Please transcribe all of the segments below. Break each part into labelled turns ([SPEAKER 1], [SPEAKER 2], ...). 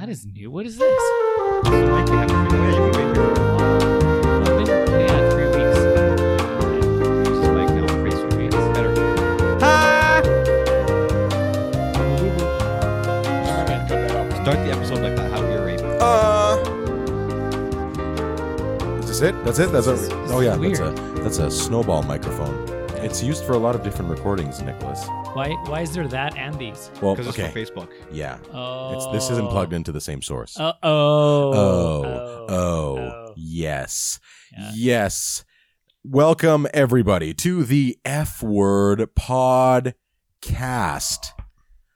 [SPEAKER 1] That is new. What is this?
[SPEAKER 2] Like you have to figure out, you can wait for a while.
[SPEAKER 1] I've been yeah, three weeks.
[SPEAKER 2] You just like, no, freeze for me, it's better. Start the episode like that. How do you rate?
[SPEAKER 3] Uh, is this it? That's it. That's
[SPEAKER 1] This is-
[SPEAKER 3] a.
[SPEAKER 1] this
[SPEAKER 3] Oh
[SPEAKER 1] is
[SPEAKER 3] yeah, that's
[SPEAKER 1] weird.
[SPEAKER 3] a that's a snowball microphone. It's used for a lot of different recordings, Nicholas.
[SPEAKER 1] Why? Why is there that and these?
[SPEAKER 3] Well,
[SPEAKER 2] Because
[SPEAKER 3] okay,
[SPEAKER 2] it's for Facebook.
[SPEAKER 3] yeah.
[SPEAKER 1] Oh,
[SPEAKER 3] It's this isn't plugged into the same source.
[SPEAKER 1] Uh, oh,
[SPEAKER 3] oh, oh,
[SPEAKER 1] oh.
[SPEAKER 3] yes,
[SPEAKER 1] Yeah.
[SPEAKER 3] yes. Welcome everybody to the F Word Podcast.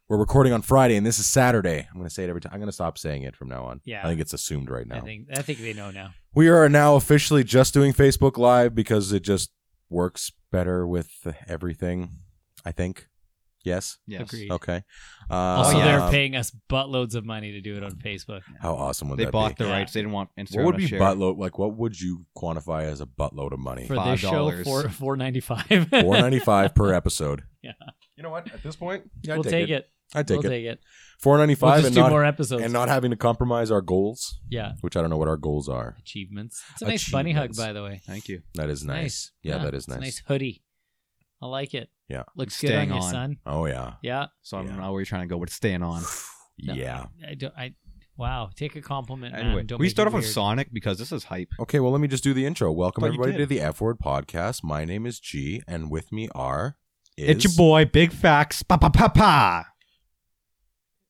[SPEAKER 3] We're recording on Friday, and this is Saturday. I'm going to say it every time. I'm going to stop saying it from now on.
[SPEAKER 1] Yeah.
[SPEAKER 3] I think it's assumed right now.
[SPEAKER 1] I think I think they know now.
[SPEAKER 3] We are now officially just doing Facebook Live because it just works better with everything, I think. Yes?
[SPEAKER 2] Yes.
[SPEAKER 1] Agreed.
[SPEAKER 3] Okay. Uh,
[SPEAKER 1] Also,
[SPEAKER 2] yeah.
[SPEAKER 1] they're paying us buttloads of money to do it on Facebook.
[SPEAKER 3] How awesome would
[SPEAKER 2] They
[SPEAKER 3] that
[SPEAKER 2] bought
[SPEAKER 3] be?
[SPEAKER 2] the
[SPEAKER 1] Yeah.
[SPEAKER 2] rights. They didn't want Instagram
[SPEAKER 3] What would
[SPEAKER 2] to
[SPEAKER 3] be
[SPEAKER 2] share.
[SPEAKER 3] buttload? Like, what would you quantify as a buttload of money?
[SPEAKER 1] For this show,
[SPEAKER 2] $5.
[SPEAKER 1] four four ninety five.
[SPEAKER 3] Four ninety five per episode.
[SPEAKER 1] Yeah.
[SPEAKER 3] You know what? At this point, yeah,
[SPEAKER 1] We'll
[SPEAKER 3] I'd
[SPEAKER 1] take it.
[SPEAKER 3] I'd take
[SPEAKER 1] we'll
[SPEAKER 3] it.
[SPEAKER 1] take it.
[SPEAKER 3] Four ninety
[SPEAKER 1] We'll
[SPEAKER 3] five
[SPEAKER 1] just
[SPEAKER 3] and
[SPEAKER 1] do
[SPEAKER 3] not
[SPEAKER 1] more episodes.
[SPEAKER 3] and not having to compromise our goals,
[SPEAKER 1] yeah,
[SPEAKER 3] which I don't know what our goals are.
[SPEAKER 1] achievements. It's a nice bunny hug,
[SPEAKER 3] Achievements.
[SPEAKER 1] by the way.
[SPEAKER 2] Thank you.
[SPEAKER 3] That is nice. Yeah, that is
[SPEAKER 1] it's a
[SPEAKER 3] nice.
[SPEAKER 1] nice hoodie. I like it.
[SPEAKER 3] Yeah.
[SPEAKER 1] looks
[SPEAKER 2] It's
[SPEAKER 1] good on
[SPEAKER 2] staying
[SPEAKER 1] your
[SPEAKER 2] on.
[SPEAKER 1] son.
[SPEAKER 3] Oh yeah.
[SPEAKER 1] Yeah.
[SPEAKER 2] So I'm
[SPEAKER 3] Yeah.
[SPEAKER 2] not where you're trying to go, but it's staying on.
[SPEAKER 1] No,
[SPEAKER 3] Yeah.
[SPEAKER 1] I, I don't. I wow. Take a compliment. man.
[SPEAKER 2] Anyway,
[SPEAKER 1] Don't
[SPEAKER 2] we
[SPEAKER 1] make
[SPEAKER 2] start
[SPEAKER 1] it
[SPEAKER 2] off with
[SPEAKER 1] weird.
[SPEAKER 2] Sonic because this is hype.
[SPEAKER 3] Okay, well, let me just do the intro. Welcome
[SPEAKER 2] Thought you
[SPEAKER 3] everybody
[SPEAKER 2] did.
[SPEAKER 3] to the F Word Podcast. My name is G, and with me are is
[SPEAKER 2] It's your boy, Big Facts. Pa pa pa pa.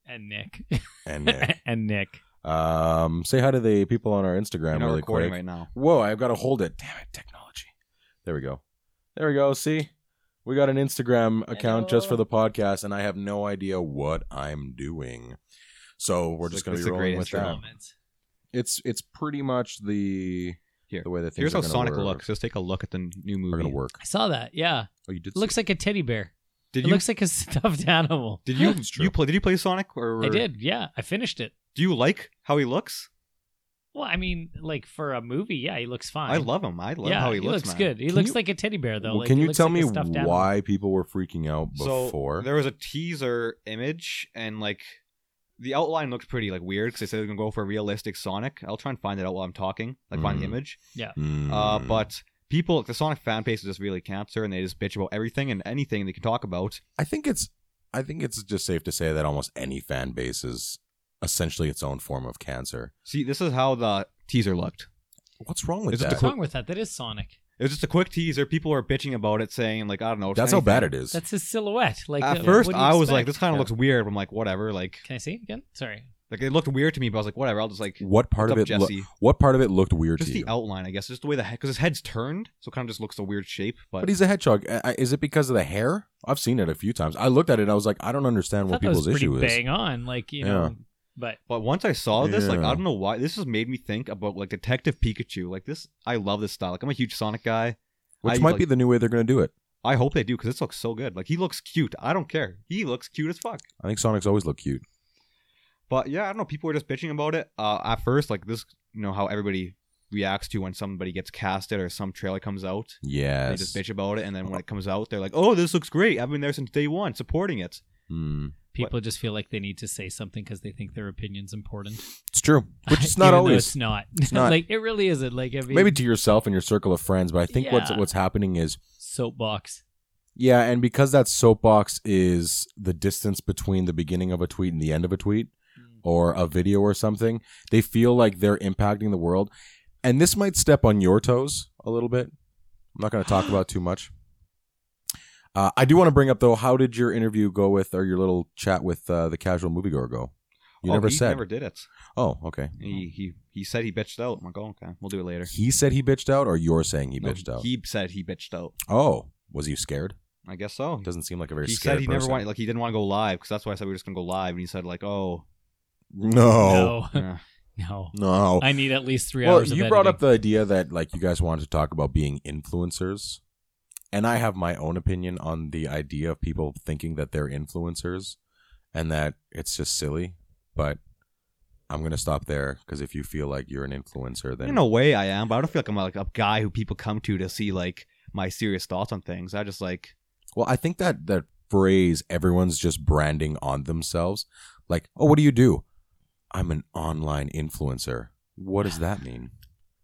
[SPEAKER 1] and Nick
[SPEAKER 3] and Nick.
[SPEAKER 1] and Nick.
[SPEAKER 3] um, say hi to the people on our Instagram
[SPEAKER 2] We're not
[SPEAKER 3] really
[SPEAKER 2] recording
[SPEAKER 3] quick.
[SPEAKER 2] right now.
[SPEAKER 3] Whoa, I've got to hold it. Damn it, technology. There we go. There we go. See, we got an Instagram account just for
[SPEAKER 1] Hello.
[SPEAKER 3] the podcast, and I have no idea what I'm doing. So we're
[SPEAKER 2] It's
[SPEAKER 3] just
[SPEAKER 2] like-
[SPEAKER 3] going to
[SPEAKER 2] it's a
[SPEAKER 3] be rolling
[SPEAKER 2] great
[SPEAKER 3] with
[SPEAKER 2] Instagram.
[SPEAKER 3] that. It's it's pretty much the
[SPEAKER 2] Here.
[SPEAKER 3] the way that things
[SPEAKER 2] Here's
[SPEAKER 3] are
[SPEAKER 2] how
[SPEAKER 3] gonna
[SPEAKER 2] Sonic
[SPEAKER 3] work-
[SPEAKER 2] looks. Let's take a look at the new
[SPEAKER 3] Are
[SPEAKER 2] movie.
[SPEAKER 3] going to work.
[SPEAKER 1] I saw that. Yeah,
[SPEAKER 3] Oh, you did.
[SPEAKER 1] it looks like a teddy bear.
[SPEAKER 2] Did
[SPEAKER 1] it
[SPEAKER 2] you
[SPEAKER 1] looks like a stuffed animal.
[SPEAKER 2] did you
[SPEAKER 3] It's true.
[SPEAKER 2] you play did you play Sonic or
[SPEAKER 1] I did. Yeah, I finished it.
[SPEAKER 2] Do you like how he looks?
[SPEAKER 1] Well, I mean, like for a movie, yeah, he looks fine.
[SPEAKER 2] I love him. I love
[SPEAKER 1] yeah,
[SPEAKER 2] how he,
[SPEAKER 1] he, looks.
[SPEAKER 2] man.
[SPEAKER 1] good. He
[SPEAKER 3] Can
[SPEAKER 1] looks
[SPEAKER 3] you-
[SPEAKER 1] like a teddy bear though.
[SPEAKER 3] Well,
[SPEAKER 1] Like,
[SPEAKER 3] can
[SPEAKER 1] he
[SPEAKER 3] you
[SPEAKER 1] looks
[SPEAKER 3] tell
[SPEAKER 1] like a
[SPEAKER 3] me
[SPEAKER 1] stuffed animal.
[SPEAKER 3] why people were freaking out before?
[SPEAKER 2] So there was a teaser image and like the outline looks pretty like weird because they said they're gonna go for a realistic Sonic. I'll try and find it out while I'm talking, like find the
[SPEAKER 3] Mm.
[SPEAKER 2] image.
[SPEAKER 3] Mm.
[SPEAKER 2] Uh, but people, the Sonic fan base is just really cancer and they just bitch about everything and anything they can talk about.
[SPEAKER 3] I think it's I think it's just safe to say that almost any fan base is essentially its own form of cancer.
[SPEAKER 2] See, this is how the teaser looked.
[SPEAKER 3] What's wrong with
[SPEAKER 2] It's just
[SPEAKER 3] that?
[SPEAKER 1] What's wrong with that? That is Sonic.
[SPEAKER 2] It was just a quick teaser. People were bitching about it, saying like, I don't know.
[SPEAKER 3] That's how bad it is.
[SPEAKER 1] That's his silhouette. Like
[SPEAKER 2] At
[SPEAKER 1] uh,
[SPEAKER 2] first,
[SPEAKER 1] what do you
[SPEAKER 2] I was
[SPEAKER 1] expect?
[SPEAKER 2] like, this kind of
[SPEAKER 3] Yeah.
[SPEAKER 2] looks weird. I'm like, whatever. Like,
[SPEAKER 1] Can I see it again? Sorry.
[SPEAKER 2] like it looked weird to me, but I was like, whatever. I'll just like.
[SPEAKER 3] what part
[SPEAKER 2] what's up,
[SPEAKER 3] of it? loo-
[SPEAKER 2] Jesse?
[SPEAKER 3] what part of it looked weird
[SPEAKER 2] just
[SPEAKER 3] to you?
[SPEAKER 2] the outline, I guess, just the way the head, because his head's turned, so it kind of just looks a weird shape. But,
[SPEAKER 3] but he's a hedgehog. I, I- is it because of the hair? I've seen it a few times. I looked at it and I was like, I don't understand
[SPEAKER 1] I thought
[SPEAKER 3] what
[SPEAKER 1] that was
[SPEAKER 3] people's
[SPEAKER 1] pretty
[SPEAKER 3] issue is.
[SPEAKER 1] bang on. Like you know, but
[SPEAKER 2] but once I saw this, like
[SPEAKER 3] Yeah.
[SPEAKER 2] I don't know why, this has made me think about like Detective Pikachu. Like this, I love this style. Like I'm a huge Sonic guy.
[SPEAKER 3] Which
[SPEAKER 2] I,
[SPEAKER 3] might
[SPEAKER 2] like-
[SPEAKER 3] be the new way they're going to do it.
[SPEAKER 2] I hope they do because this looks so good. Like he looks cute. I don't care. He looks cute as fuck.
[SPEAKER 3] I think Sonic's always look cute.
[SPEAKER 2] But yeah, I don't know. People were just bitching about it uh, at first. Like this, you know how everybody reacts to when somebody gets casted or some trailer comes out. They
[SPEAKER 3] Yes.
[SPEAKER 2] just bitch about it, and then when it comes out, they're like, "Oh, this looks great. I've been there since day one, supporting it."
[SPEAKER 3] Hmm.
[SPEAKER 1] people just feel like they need to say something because they think their opinion's important.
[SPEAKER 3] It's true. Which it's not
[SPEAKER 1] Even though
[SPEAKER 3] always.
[SPEAKER 1] It's not.
[SPEAKER 3] not.
[SPEAKER 1] like it really isn't. Like I mean,
[SPEAKER 3] Maybe to yourself and your circle of friends, but I think what's
[SPEAKER 1] Yeah.
[SPEAKER 3] what's happening is
[SPEAKER 1] soapbox.
[SPEAKER 3] Yeah, and because that soapbox is the distance between the beginning of a tweet and the end of a tweet
[SPEAKER 2] Mm.
[SPEAKER 3] or a video or something, they feel like they're impacting the world. And this might step on your toes a little bit. I'm not going to talk about too much. Uh, I do want to bring up though, how did your interview go with or your little chat with uh, the casual moviegoer go? You
[SPEAKER 2] Oh,
[SPEAKER 3] never
[SPEAKER 2] he
[SPEAKER 3] said.
[SPEAKER 2] Never did it.
[SPEAKER 3] Oh, okay.
[SPEAKER 2] He he he said he bitched out. I'm like, oh, okay, we'll do it later.
[SPEAKER 3] He said he bitched out, or you're saying he
[SPEAKER 2] No,
[SPEAKER 3] bitched out?
[SPEAKER 2] He said he bitched out.
[SPEAKER 3] oh, was he scared?
[SPEAKER 2] I guess so.
[SPEAKER 3] Doesn't seem like a very
[SPEAKER 2] He
[SPEAKER 3] scared
[SPEAKER 2] said he
[SPEAKER 3] person.
[SPEAKER 2] never wanted, like, he didn't want to go live because that's why I said we were just gonna go live. And he said like, oh,
[SPEAKER 3] no,
[SPEAKER 1] no,
[SPEAKER 2] eh.
[SPEAKER 1] no.
[SPEAKER 3] no.
[SPEAKER 1] I need at least three
[SPEAKER 3] Oh. well,
[SPEAKER 1] hours.
[SPEAKER 3] you brought up the idea that like you guys wanted to talk about being influencers, and I have my own opinion on the idea of people thinking that they're influencers, and that it's just silly. But I'm gonna stop there because if you feel like you're an influencer, then
[SPEAKER 2] in a way I am, but I don't feel like I'm like a guy who people come to to see like my serious thoughts on things. I just like
[SPEAKER 3] well, I think that that phrase everyone's just branding on themselves, like, oh, what do you do? I'm an online influencer. What does that mean?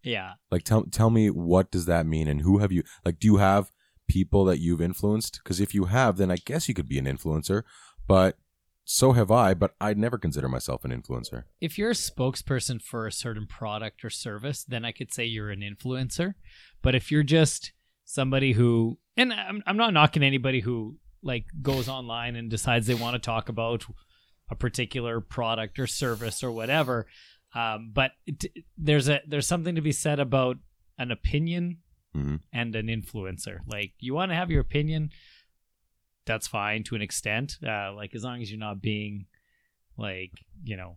[SPEAKER 1] Yeah.
[SPEAKER 3] Like tell tell me what does that mean and who have you like do you have people that you've influenced? Cuz if you have then I guess you could be an influencer, but so have I, but I'd never consider myself an influencer.
[SPEAKER 1] If you're a spokesperson for a certain product or service, then I could say you're an influencer. But if you're just somebody who, and I'm, I'm not knocking anybody who like goes online and decides they want to talk about a particular product or service or whatever, um, but t- there's a there's something to be said about an opinion
[SPEAKER 3] Mhm.
[SPEAKER 1] and an influencer. Like you want to have your opinion, that's fine to an extent. Uh, like as long as you're not being like you know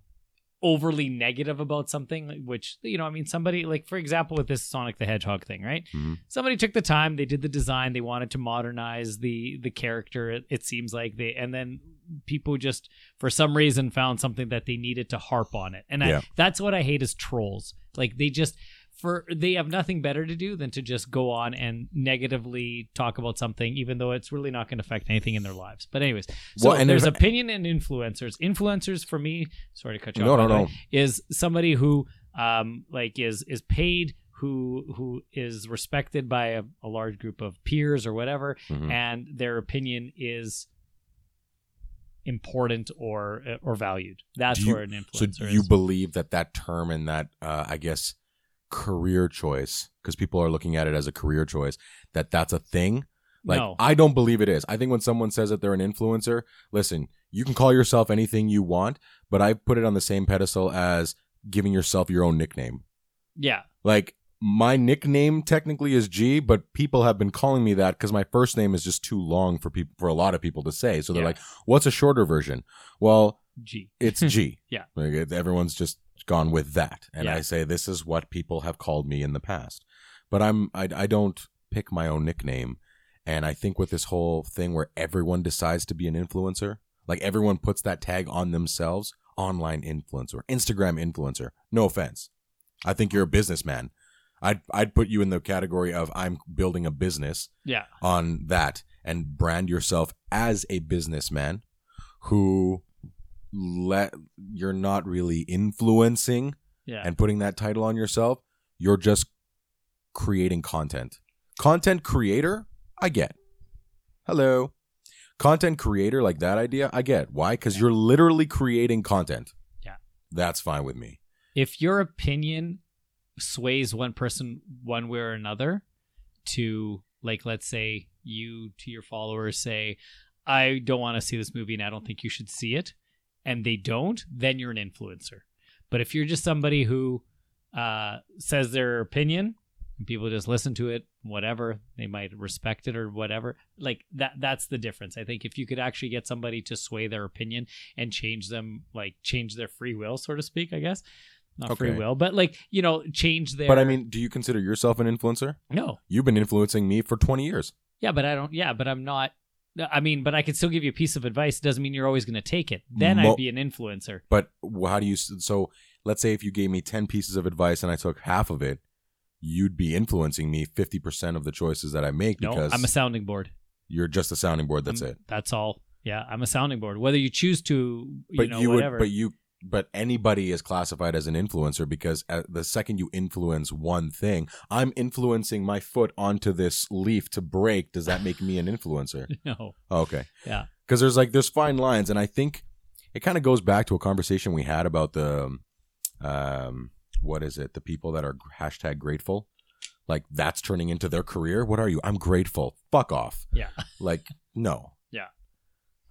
[SPEAKER 1] overly negative about something which you know i mean somebody like for example with this sonic the hedgehog thing right
[SPEAKER 3] Mhm.
[SPEAKER 1] somebody took the time they did the design they wanted to modernize the the character it, it seems like they and then people just for some reason found something that they needed to harp on it and
[SPEAKER 3] Yeah.
[SPEAKER 1] I, that's what i hate is trolls like they just for they have nothing better to do than to just go on and negatively talk about something even though it's really not going to affect anything in their lives but anyways so
[SPEAKER 3] Well, and
[SPEAKER 1] there's
[SPEAKER 3] if-
[SPEAKER 1] opinion and influencers influencers for me sorry to cut you
[SPEAKER 3] No,
[SPEAKER 1] off by
[SPEAKER 3] no,
[SPEAKER 1] the way,
[SPEAKER 3] no.
[SPEAKER 1] is somebody who um like is is paid who who is respected by a, a large group of peers or whatever
[SPEAKER 3] Mhm.
[SPEAKER 1] and their opinion is important or uh, or valued that's
[SPEAKER 3] Do you-
[SPEAKER 1] where an
[SPEAKER 3] So
[SPEAKER 1] influencer
[SPEAKER 3] you
[SPEAKER 1] is
[SPEAKER 3] believe that that term and that uh, I guess career choice because people are looking at it as a career choice that that's a thing. Like
[SPEAKER 1] no
[SPEAKER 3] I don't believe it is. I think when someone says that they're an influencer, listen, you can call yourself anything you want, but I put it on the same pedestal as giving yourself your own nickname.
[SPEAKER 1] yeah
[SPEAKER 3] Like my nickname technically is G, but people have been calling me that because my first name is just too long for people for a lot of people to say. So they're
[SPEAKER 1] Yeah.
[SPEAKER 3] like, "What's a shorter version?" Well,
[SPEAKER 1] g
[SPEAKER 3] it's G.
[SPEAKER 1] Yeah.
[SPEAKER 3] Like it- everyone's just gone with that. And
[SPEAKER 1] Yeah.
[SPEAKER 3] I say this is what people have called me in the past. But I'm I, I don't pick my own nickname. And I think with this whole thing where everyone decides to be an influencer, like everyone puts that tag on themselves, online influencer, Instagram influencer. No offense. I think you're a businessman. I'd I'd put you in the category of I'm building a business
[SPEAKER 1] yeah
[SPEAKER 3] on that and brand yourself as a businessman who let you're not really influencing
[SPEAKER 1] yeah
[SPEAKER 3] and putting that title on yourself you're just creating content content creator i get hello content creator like that idea i get why cuz you're literally creating content
[SPEAKER 1] Yeah.
[SPEAKER 3] that's fine with me
[SPEAKER 1] if your opinion sways one person one way or another to like let's say you to your followers say i don't want to see this movie and i don't think you should see it and they don't then you're an influencer but if you're just somebody who uh, says their opinion and people just listen to it whatever they might respect it or whatever like that that's the difference i think if you could actually get somebody to sway their opinion and change them like change their free will so to speak i guess not free
[SPEAKER 3] Okay.
[SPEAKER 1] will but like you know change their
[SPEAKER 3] but i mean do you consider yourself an influencer
[SPEAKER 1] no
[SPEAKER 3] you've been influencing me for 20 years
[SPEAKER 1] yeah but i don't yeah but i'm not i mean but i can still give you a piece of advice doesn't mean you're always going to take it then
[SPEAKER 3] Mo-
[SPEAKER 1] i'd be an influencer
[SPEAKER 3] But wh- how do you? So let's say if you gave me ten pieces of advice and I took half of it, you'd be influencing me fifty percent of the choices that I make
[SPEAKER 1] no
[SPEAKER 3] because
[SPEAKER 1] i'm a sounding board
[SPEAKER 3] you're just a sounding board. That's
[SPEAKER 1] I'm-
[SPEAKER 3] it.
[SPEAKER 1] that's all yeah i'm a sounding board whether you choose to you
[SPEAKER 3] But you,
[SPEAKER 1] know
[SPEAKER 3] would.
[SPEAKER 1] whatever
[SPEAKER 3] But you. But anybody is classified as an influencer because at the second you influence one thing, I'm influencing my foot onto this leaf to break. Does that make me an influencer?
[SPEAKER 1] no
[SPEAKER 3] Oh, okay.
[SPEAKER 1] Yeah.
[SPEAKER 3] Because there's like there's fine lines, and I think it kind of goes back to a conversation we had about the, um, what is it? The people that are hashtag grateful, like that's turning into their career. What are you? I'm grateful. Fuck off.
[SPEAKER 1] Yeah.
[SPEAKER 3] Like no.
[SPEAKER 1] Yeah.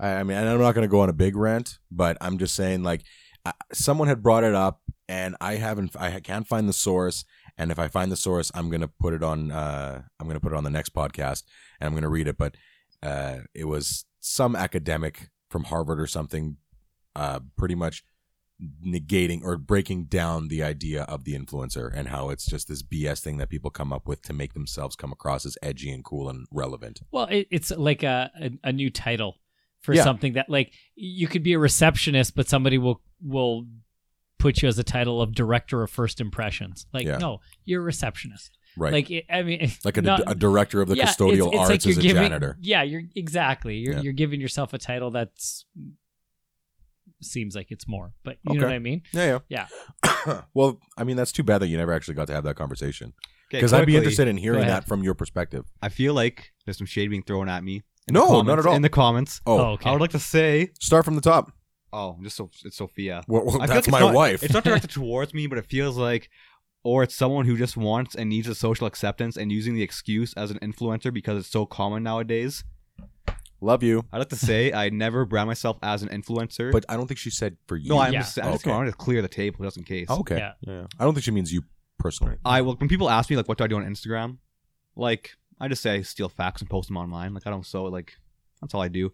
[SPEAKER 3] I, I mean, and I'm not gonna go on a big rant, but I'm just saying like, I, someone had brought it up, and I haven't. I can't find the source. And if I find the source, I'm gonna put it on. Uh, I'm gonna put it on the next podcast, and I'm gonna read it. But uh, it was some academic from Harvard or something, uh, pretty much negating or breaking down the idea of the influencer and how it's just this BS thing that people come up with to make themselves come across as edgy and cool and relevant.
[SPEAKER 1] Well, it, it's like a, a a new title for
[SPEAKER 3] Yeah.
[SPEAKER 1] something that like you could be a receptionist, but somebody will will put you as a title of director of first impressions. Like,
[SPEAKER 3] Yeah.
[SPEAKER 1] no, you're a receptionist.
[SPEAKER 3] Right. Like,
[SPEAKER 1] Like, it, I mean,
[SPEAKER 3] a,
[SPEAKER 1] not-
[SPEAKER 3] a director of the
[SPEAKER 1] yeah,
[SPEAKER 3] custodial
[SPEAKER 1] it's- it's like
[SPEAKER 3] arts
[SPEAKER 1] you're
[SPEAKER 3] is a
[SPEAKER 1] giving-
[SPEAKER 3] janitor.
[SPEAKER 1] Yeah, you're exactly. You're
[SPEAKER 3] Yeah.
[SPEAKER 1] you're giving yourself a title that's seems like it's more, but you know
[SPEAKER 3] Okay.
[SPEAKER 1] what I mean.
[SPEAKER 3] Yeah,
[SPEAKER 1] Yeah.
[SPEAKER 3] yeah. well, I mean, that's too bad that you never actually got to have that conversation
[SPEAKER 2] Okay,
[SPEAKER 3] because I'd be
[SPEAKER 2] quickly,
[SPEAKER 3] interested in hearing
[SPEAKER 1] ahead.
[SPEAKER 3] that from your perspective.
[SPEAKER 2] I feel like there's some shade being thrown at me. in the
[SPEAKER 3] No,
[SPEAKER 2] comments-
[SPEAKER 3] not at all.
[SPEAKER 2] In the comments,
[SPEAKER 3] Oh,
[SPEAKER 1] Oh, okay.
[SPEAKER 2] I would like to say,
[SPEAKER 3] start from the top.
[SPEAKER 2] oh, just so it's Sophia.
[SPEAKER 3] Well, well,
[SPEAKER 2] I feel
[SPEAKER 3] that's
[SPEAKER 2] like it's
[SPEAKER 3] my
[SPEAKER 2] not-
[SPEAKER 3] wife.
[SPEAKER 2] It's not directed towards me, but it feels like, or it's someone who just wants and needs a social acceptance and using the excuse as an influencer because it's so common nowadays.
[SPEAKER 3] Love you,
[SPEAKER 2] I'd like to say I never brand myself as an influencer.
[SPEAKER 3] but I don't think she said for you.
[SPEAKER 2] no, I'm
[SPEAKER 1] Yeah.
[SPEAKER 2] just, I'm just
[SPEAKER 3] Okay. Oh.
[SPEAKER 2] wanted to clear the table just in case.
[SPEAKER 3] okay.
[SPEAKER 1] Yeah. Uh,
[SPEAKER 3] I don't think she means you personally.
[SPEAKER 2] I will. When people ask me like, what do I do on Instagram? Like, I just say I steal facts and post them online. Like, I don't so like, that's all I do.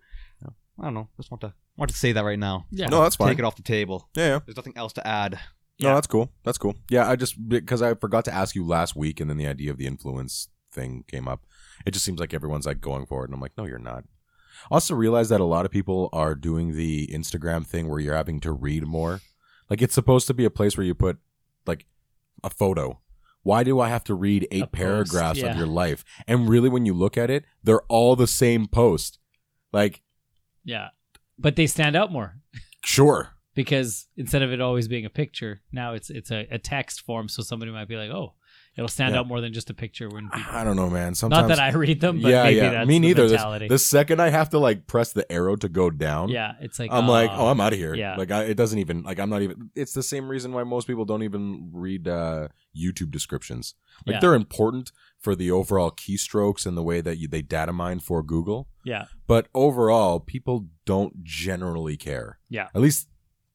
[SPEAKER 2] I don't know. Just want to want to say that right now.
[SPEAKER 1] Yeah.
[SPEAKER 3] No, that's fine.
[SPEAKER 2] Take it off the table.
[SPEAKER 3] Yeah, yeah.
[SPEAKER 2] There's nothing else to add.
[SPEAKER 3] No,
[SPEAKER 1] Yeah.
[SPEAKER 3] that's cool. That's cool. Yeah, I just because I forgot to ask you last week, and then the idea of the influence thing came up. It just seems like everyone's like going for it, and I'm like, no, you're not. Also, realize that a lot of people are doing the Instagram thing where you're having to read more. Like it's supposed to be a place where you put like a photo. Why do I have to read eight
[SPEAKER 1] A post,
[SPEAKER 3] paragraphs
[SPEAKER 1] yeah.
[SPEAKER 3] of your life? And really, when you look at it, they're all the same post. Like,
[SPEAKER 1] Yeah. But they stand out more
[SPEAKER 3] sure,
[SPEAKER 1] because instead of it always being a picture, now it's it's a, a text form. So somebody might be like, oh, it'll stand
[SPEAKER 3] Yeah.
[SPEAKER 1] out more than just a picture when people.
[SPEAKER 3] I don't know, man. Sometimes
[SPEAKER 1] Not that I read them, but maybe that's
[SPEAKER 3] me neither.
[SPEAKER 1] the
[SPEAKER 3] The-
[SPEAKER 1] mentality.
[SPEAKER 3] The, second I have to like press the arrow to go down,
[SPEAKER 1] yeah, it's like
[SPEAKER 3] I'm like, oh,
[SPEAKER 1] uh,
[SPEAKER 3] I'm out of here.
[SPEAKER 1] yeah.
[SPEAKER 3] Like, I, it doesn't even like I'm not even. It's the same reason why most people don't even read uh, YouTube descriptions. Like
[SPEAKER 1] Yeah.
[SPEAKER 3] they're important for the overall keystrokes and the way that you, they data mine for Google.
[SPEAKER 1] oh, yeah,
[SPEAKER 3] But overall, people don't generally care.
[SPEAKER 1] Yeah.
[SPEAKER 3] At least,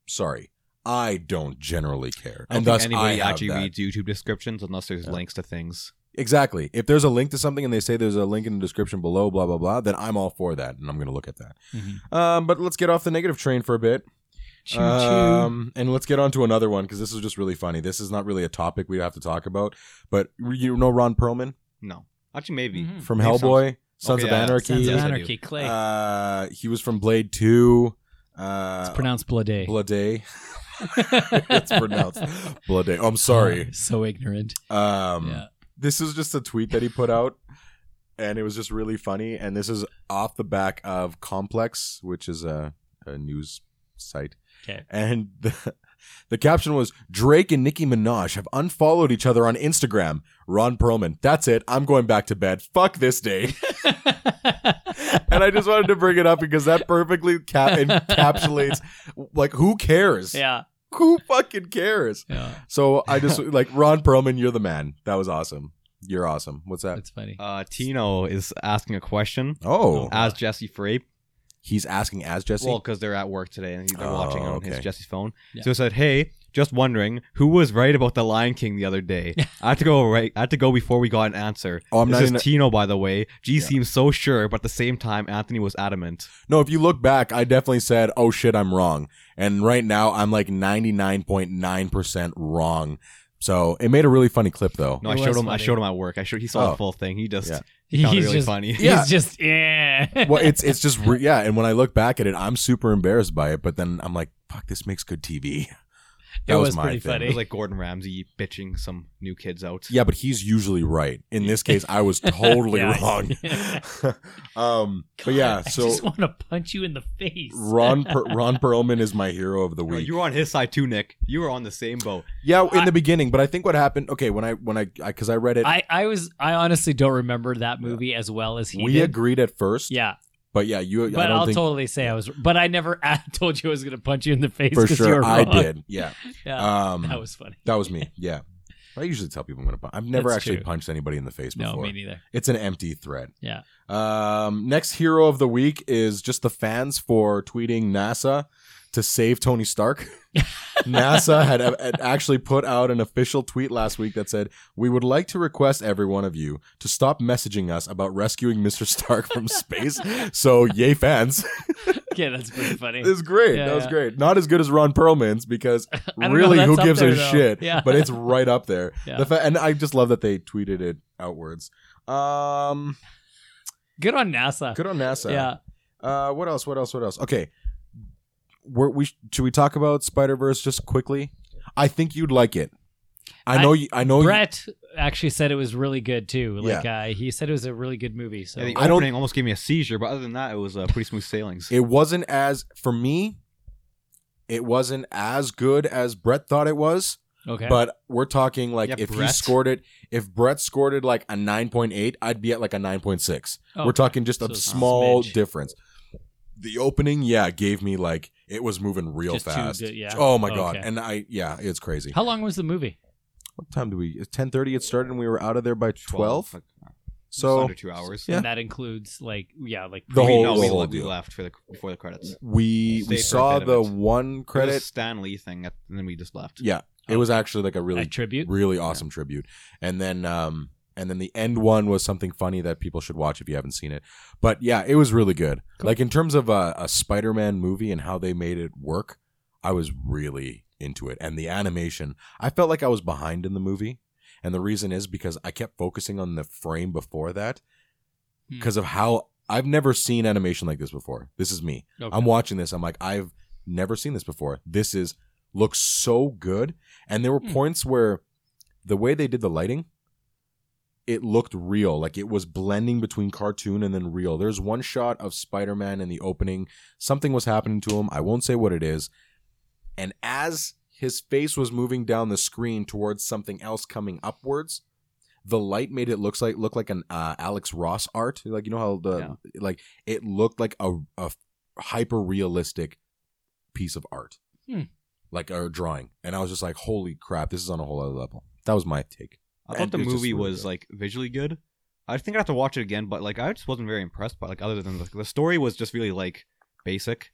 [SPEAKER 3] sorry, I don't generally care,
[SPEAKER 2] I don't think
[SPEAKER 3] and thus
[SPEAKER 2] anybody
[SPEAKER 3] I have
[SPEAKER 2] actually
[SPEAKER 3] that.
[SPEAKER 2] reads YouTube descriptions unless there's
[SPEAKER 3] Yeah.
[SPEAKER 2] links to things.
[SPEAKER 3] Exactly. If there's a link to something and they say there's a link in the description below, blah blah blah, then I'm all for that, and I'm going to look at that.
[SPEAKER 1] Mhm.
[SPEAKER 3] Um, but let's get off the negative train for a bit,
[SPEAKER 1] Choo-choo. Mm-hmm.
[SPEAKER 3] um, and let's get on to another one because this is just really funny. This is not really a topic we have to talk about, but you know Ron Perlman
[SPEAKER 2] No, actually, maybe.
[SPEAKER 1] Mhm.
[SPEAKER 3] from
[SPEAKER 2] Maybe sounds-
[SPEAKER 3] Hellboy, Sons
[SPEAKER 2] Okay,
[SPEAKER 3] of
[SPEAKER 2] yeah, yeah.
[SPEAKER 3] Anarchy.
[SPEAKER 1] Sons of
[SPEAKER 2] Yes, I do.
[SPEAKER 1] Anarchy, Clay.
[SPEAKER 3] Uh, he was from Blade Two. Uh,
[SPEAKER 1] it's pronounced Blade.
[SPEAKER 3] Blade. it's pronounced Blade. Oh, I'm sorry.
[SPEAKER 1] so ignorant.
[SPEAKER 3] Um,
[SPEAKER 1] yeah.
[SPEAKER 3] this is just a tweet that he put out and it was just really funny and this is off the back of complex which is a, a news site
[SPEAKER 1] Okay.
[SPEAKER 3] and the, the caption was drake and nicki minaj have unfollowed each other on instagram ron perlman that's it i'm going back to bed fuck this day and i just wanted to bring it up because that perfectly cap- encapsulates like who cares
[SPEAKER 1] yeah.
[SPEAKER 3] who fucking cares
[SPEAKER 1] Yeah.
[SPEAKER 3] so I just like Ron Perlman, you're the man. That was awesome. You're awesome. What's that?
[SPEAKER 1] That's funny.
[SPEAKER 2] Uh, Tino is asking a question.
[SPEAKER 3] Oh,
[SPEAKER 2] As Jesse Frape,
[SPEAKER 3] he's asking as Jesse.
[SPEAKER 2] well, because they're at work today and they're
[SPEAKER 3] Oh,
[SPEAKER 2] watching on
[SPEAKER 3] okay.
[SPEAKER 2] his Jesse's phone.
[SPEAKER 1] Yeah.
[SPEAKER 2] So he said, "Hey, just wondering who was right about the Lion King the other day. I had to go right. I had to go before we got an answer.
[SPEAKER 3] oh, I'm
[SPEAKER 2] this
[SPEAKER 3] not.
[SPEAKER 2] is
[SPEAKER 3] Even,
[SPEAKER 2] Tino, by the way. G
[SPEAKER 3] Yeah.
[SPEAKER 2] seems so sure, but at the same time, Anthony was adamant.
[SPEAKER 3] no, if you look back, I definitely said, "Oh shit, I'm wrong." And right now, I'm like 99.9 percent wrong. So it made a really funny clip, though.
[SPEAKER 2] No,
[SPEAKER 1] It
[SPEAKER 2] I showed
[SPEAKER 1] was
[SPEAKER 2] him. I
[SPEAKER 1] funny.
[SPEAKER 2] showed him at work. I showed he saw
[SPEAKER 3] Oh.
[SPEAKER 2] the full thing. He just
[SPEAKER 3] Yeah.
[SPEAKER 2] found it
[SPEAKER 1] he's
[SPEAKER 2] really
[SPEAKER 1] just.
[SPEAKER 2] funny.
[SPEAKER 3] Yeah.
[SPEAKER 1] He's just. Yeah.
[SPEAKER 3] Well, it's it's just re- yeah. And when I look back at it, I'm super embarrassed by it. But then I'm like, "Fuck, this makes good TV."
[SPEAKER 1] It
[SPEAKER 3] That was,
[SPEAKER 1] was
[SPEAKER 3] my
[SPEAKER 1] pretty
[SPEAKER 3] thing.
[SPEAKER 1] funny.
[SPEAKER 2] It was like Gordon Ramsay bitching some new kids out.
[SPEAKER 3] Yeah, but he's usually right. In this case, I was totally
[SPEAKER 1] Yeah.
[SPEAKER 3] wrong. um, but yeah,
[SPEAKER 1] God,
[SPEAKER 3] so
[SPEAKER 1] I just want to punch you in the face.
[SPEAKER 3] Ron per- Ron Perlman is my hero of the
[SPEAKER 2] No,
[SPEAKER 3] week.
[SPEAKER 2] you were on his side too, Nick. You were on the same boat.
[SPEAKER 3] yeah, in
[SPEAKER 1] I-
[SPEAKER 3] the beginning, but I think what happened. Okay, when I when I because I, read it,
[SPEAKER 1] I, I was I honestly don't remember that movie as well as he
[SPEAKER 3] we
[SPEAKER 1] did.
[SPEAKER 3] agreed at first.
[SPEAKER 1] Yeah,
[SPEAKER 3] but yeah, you. I
[SPEAKER 1] but
[SPEAKER 3] don't
[SPEAKER 1] I'll
[SPEAKER 3] think
[SPEAKER 1] totally say I was. But I never told you I was going to punch you in the face
[SPEAKER 3] for
[SPEAKER 1] because you were
[SPEAKER 3] sure I
[SPEAKER 1] wrong.
[SPEAKER 3] did. Yeah,
[SPEAKER 1] Yeah,
[SPEAKER 3] um,
[SPEAKER 1] that was funny.
[SPEAKER 3] that was me. Yeah, I usually tell people I'm gonna. Punch. I've never
[SPEAKER 1] That's
[SPEAKER 3] actually
[SPEAKER 1] true.
[SPEAKER 3] punched anybody in the face
[SPEAKER 1] No,
[SPEAKER 3] before.
[SPEAKER 1] me neither.
[SPEAKER 3] it's an empty threat.
[SPEAKER 1] Yeah.
[SPEAKER 3] Um, next hero of the week is just the fans for tweeting NASA to save Tony Stark. NASA had, had actually put out an official tweet last week that said, "We would like to request every one of you to stop messaging us about rescuing Mr. Stark from space." So, yay, fans!
[SPEAKER 1] Yeah, that's pretty funny.
[SPEAKER 3] It's great.
[SPEAKER 1] Yeah,
[SPEAKER 3] that was
[SPEAKER 1] yeah.
[SPEAKER 3] great. Not as good as Ron Perlman's because
[SPEAKER 1] don't know,
[SPEAKER 3] really,
[SPEAKER 1] that's
[SPEAKER 3] who
[SPEAKER 1] up
[SPEAKER 3] gives a
[SPEAKER 1] there, though.
[SPEAKER 3] shit?
[SPEAKER 1] Yeah.
[SPEAKER 3] But it's right up there.
[SPEAKER 1] Yeah.
[SPEAKER 3] The fa- and I just love that they tweeted it outwards. Um,
[SPEAKER 1] Good on NASA.
[SPEAKER 3] good on NASA.
[SPEAKER 1] yeah,
[SPEAKER 3] Uh, what else? What else? What else? Okay, We're, we should we talk about Spider Verse just quickly? I think you'd like it. I
[SPEAKER 1] I-
[SPEAKER 3] know. you, I know. Oh, you-
[SPEAKER 1] Brett actually said it was really good too.
[SPEAKER 3] Yeah.
[SPEAKER 1] Like uh, he said it was a really good movie. So
[SPEAKER 2] Yeah, the
[SPEAKER 3] I don't-
[SPEAKER 2] opening almost gave me a seizure, but other than that, it was uh, pretty smooth sailings.
[SPEAKER 3] it wasn't as for me. It wasn't as good as Brett thought it was,
[SPEAKER 1] Okay.
[SPEAKER 3] but we're talking like
[SPEAKER 2] Yeah,
[SPEAKER 3] if he
[SPEAKER 2] Brett.
[SPEAKER 3] scored it, if Brett scored it like a 9.8, I'd be at like a 9.6.
[SPEAKER 1] Oh,
[SPEAKER 3] We're talking just
[SPEAKER 1] So
[SPEAKER 3] a
[SPEAKER 1] it's a
[SPEAKER 3] small
[SPEAKER 1] smidge.
[SPEAKER 3] difference. The opening, yeah, gave me like it was moving real
[SPEAKER 1] Just too
[SPEAKER 3] fast.
[SPEAKER 1] good, yeah.
[SPEAKER 3] Oh my god!
[SPEAKER 1] Okay.
[SPEAKER 3] And I, yeah, it's crazy.
[SPEAKER 1] How long was the movie?
[SPEAKER 3] What time did we? Ten thirty. It started, and we were out of there by twelve.
[SPEAKER 2] Like, Uh, just
[SPEAKER 3] so
[SPEAKER 2] under two hours.
[SPEAKER 3] Yeah.
[SPEAKER 1] And that includes like yeah, like
[SPEAKER 3] The
[SPEAKER 2] We-
[SPEAKER 3] whole-
[SPEAKER 2] no, we,
[SPEAKER 3] the whole
[SPEAKER 2] le- we
[SPEAKER 3] deal.
[SPEAKER 2] left for the before the credits. It
[SPEAKER 3] we
[SPEAKER 2] Stay
[SPEAKER 3] we
[SPEAKER 2] for a
[SPEAKER 3] saw
[SPEAKER 2] bit of
[SPEAKER 3] the
[SPEAKER 2] it.
[SPEAKER 3] one
[SPEAKER 2] was
[SPEAKER 3] credit.
[SPEAKER 2] a Stan Lee thing, at, and then we just left.
[SPEAKER 3] Yeah, it was actually like a
[SPEAKER 1] a
[SPEAKER 3] really
[SPEAKER 1] tribute.
[SPEAKER 3] really awesome tribute. And then um and then the end one was something funny that people should watch if you haven't seen it. But yeah, it was really good.
[SPEAKER 1] Cool.
[SPEAKER 3] Like in terms of a, a Spider-Man movie and how they made it work, I was really into it. And the animation, I felt like I was behind in the movie. And the reason is because I kept focusing on the frame before that
[SPEAKER 1] Hmm.
[SPEAKER 3] because of how I've never seen animation like this before. This is me.
[SPEAKER 1] Okay.
[SPEAKER 3] I'm watching this. I'm like, I've never seen this before. This is looks so good. And there were
[SPEAKER 1] Hmm.
[SPEAKER 3] points where the way they did the lighting, it looked real. Like it was blending between cartoon and then real. There's one shot of Spider-Man in the opening. Something was happening to him. I won't say what it is. And as his face was moving down the screen towards something else coming upwards, the light made it looks like look like an uh, Alex Ross art. Like you know how the like it looked like a, a hyper realistic piece of art,
[SPEAKER 1] Hmm.
[SPEAKER 3] like a drawing. And I was just like, holy crap, this is on a whole other level. That was my take.
[SPEAKER 2] I thought
[SPEAKER 3] And
[SPEAKER 2] the
[SPEAKER 3] it was just
[SPEAKER 2] movie
[SPEAKER 3] really
[SPEAKER 2] was
[SPEAKER 3] good.
[SPEAKER 2] like visually good. I think I have to watch it again, but like I just wasn't very impressed by like other than like, the story was just really like basic.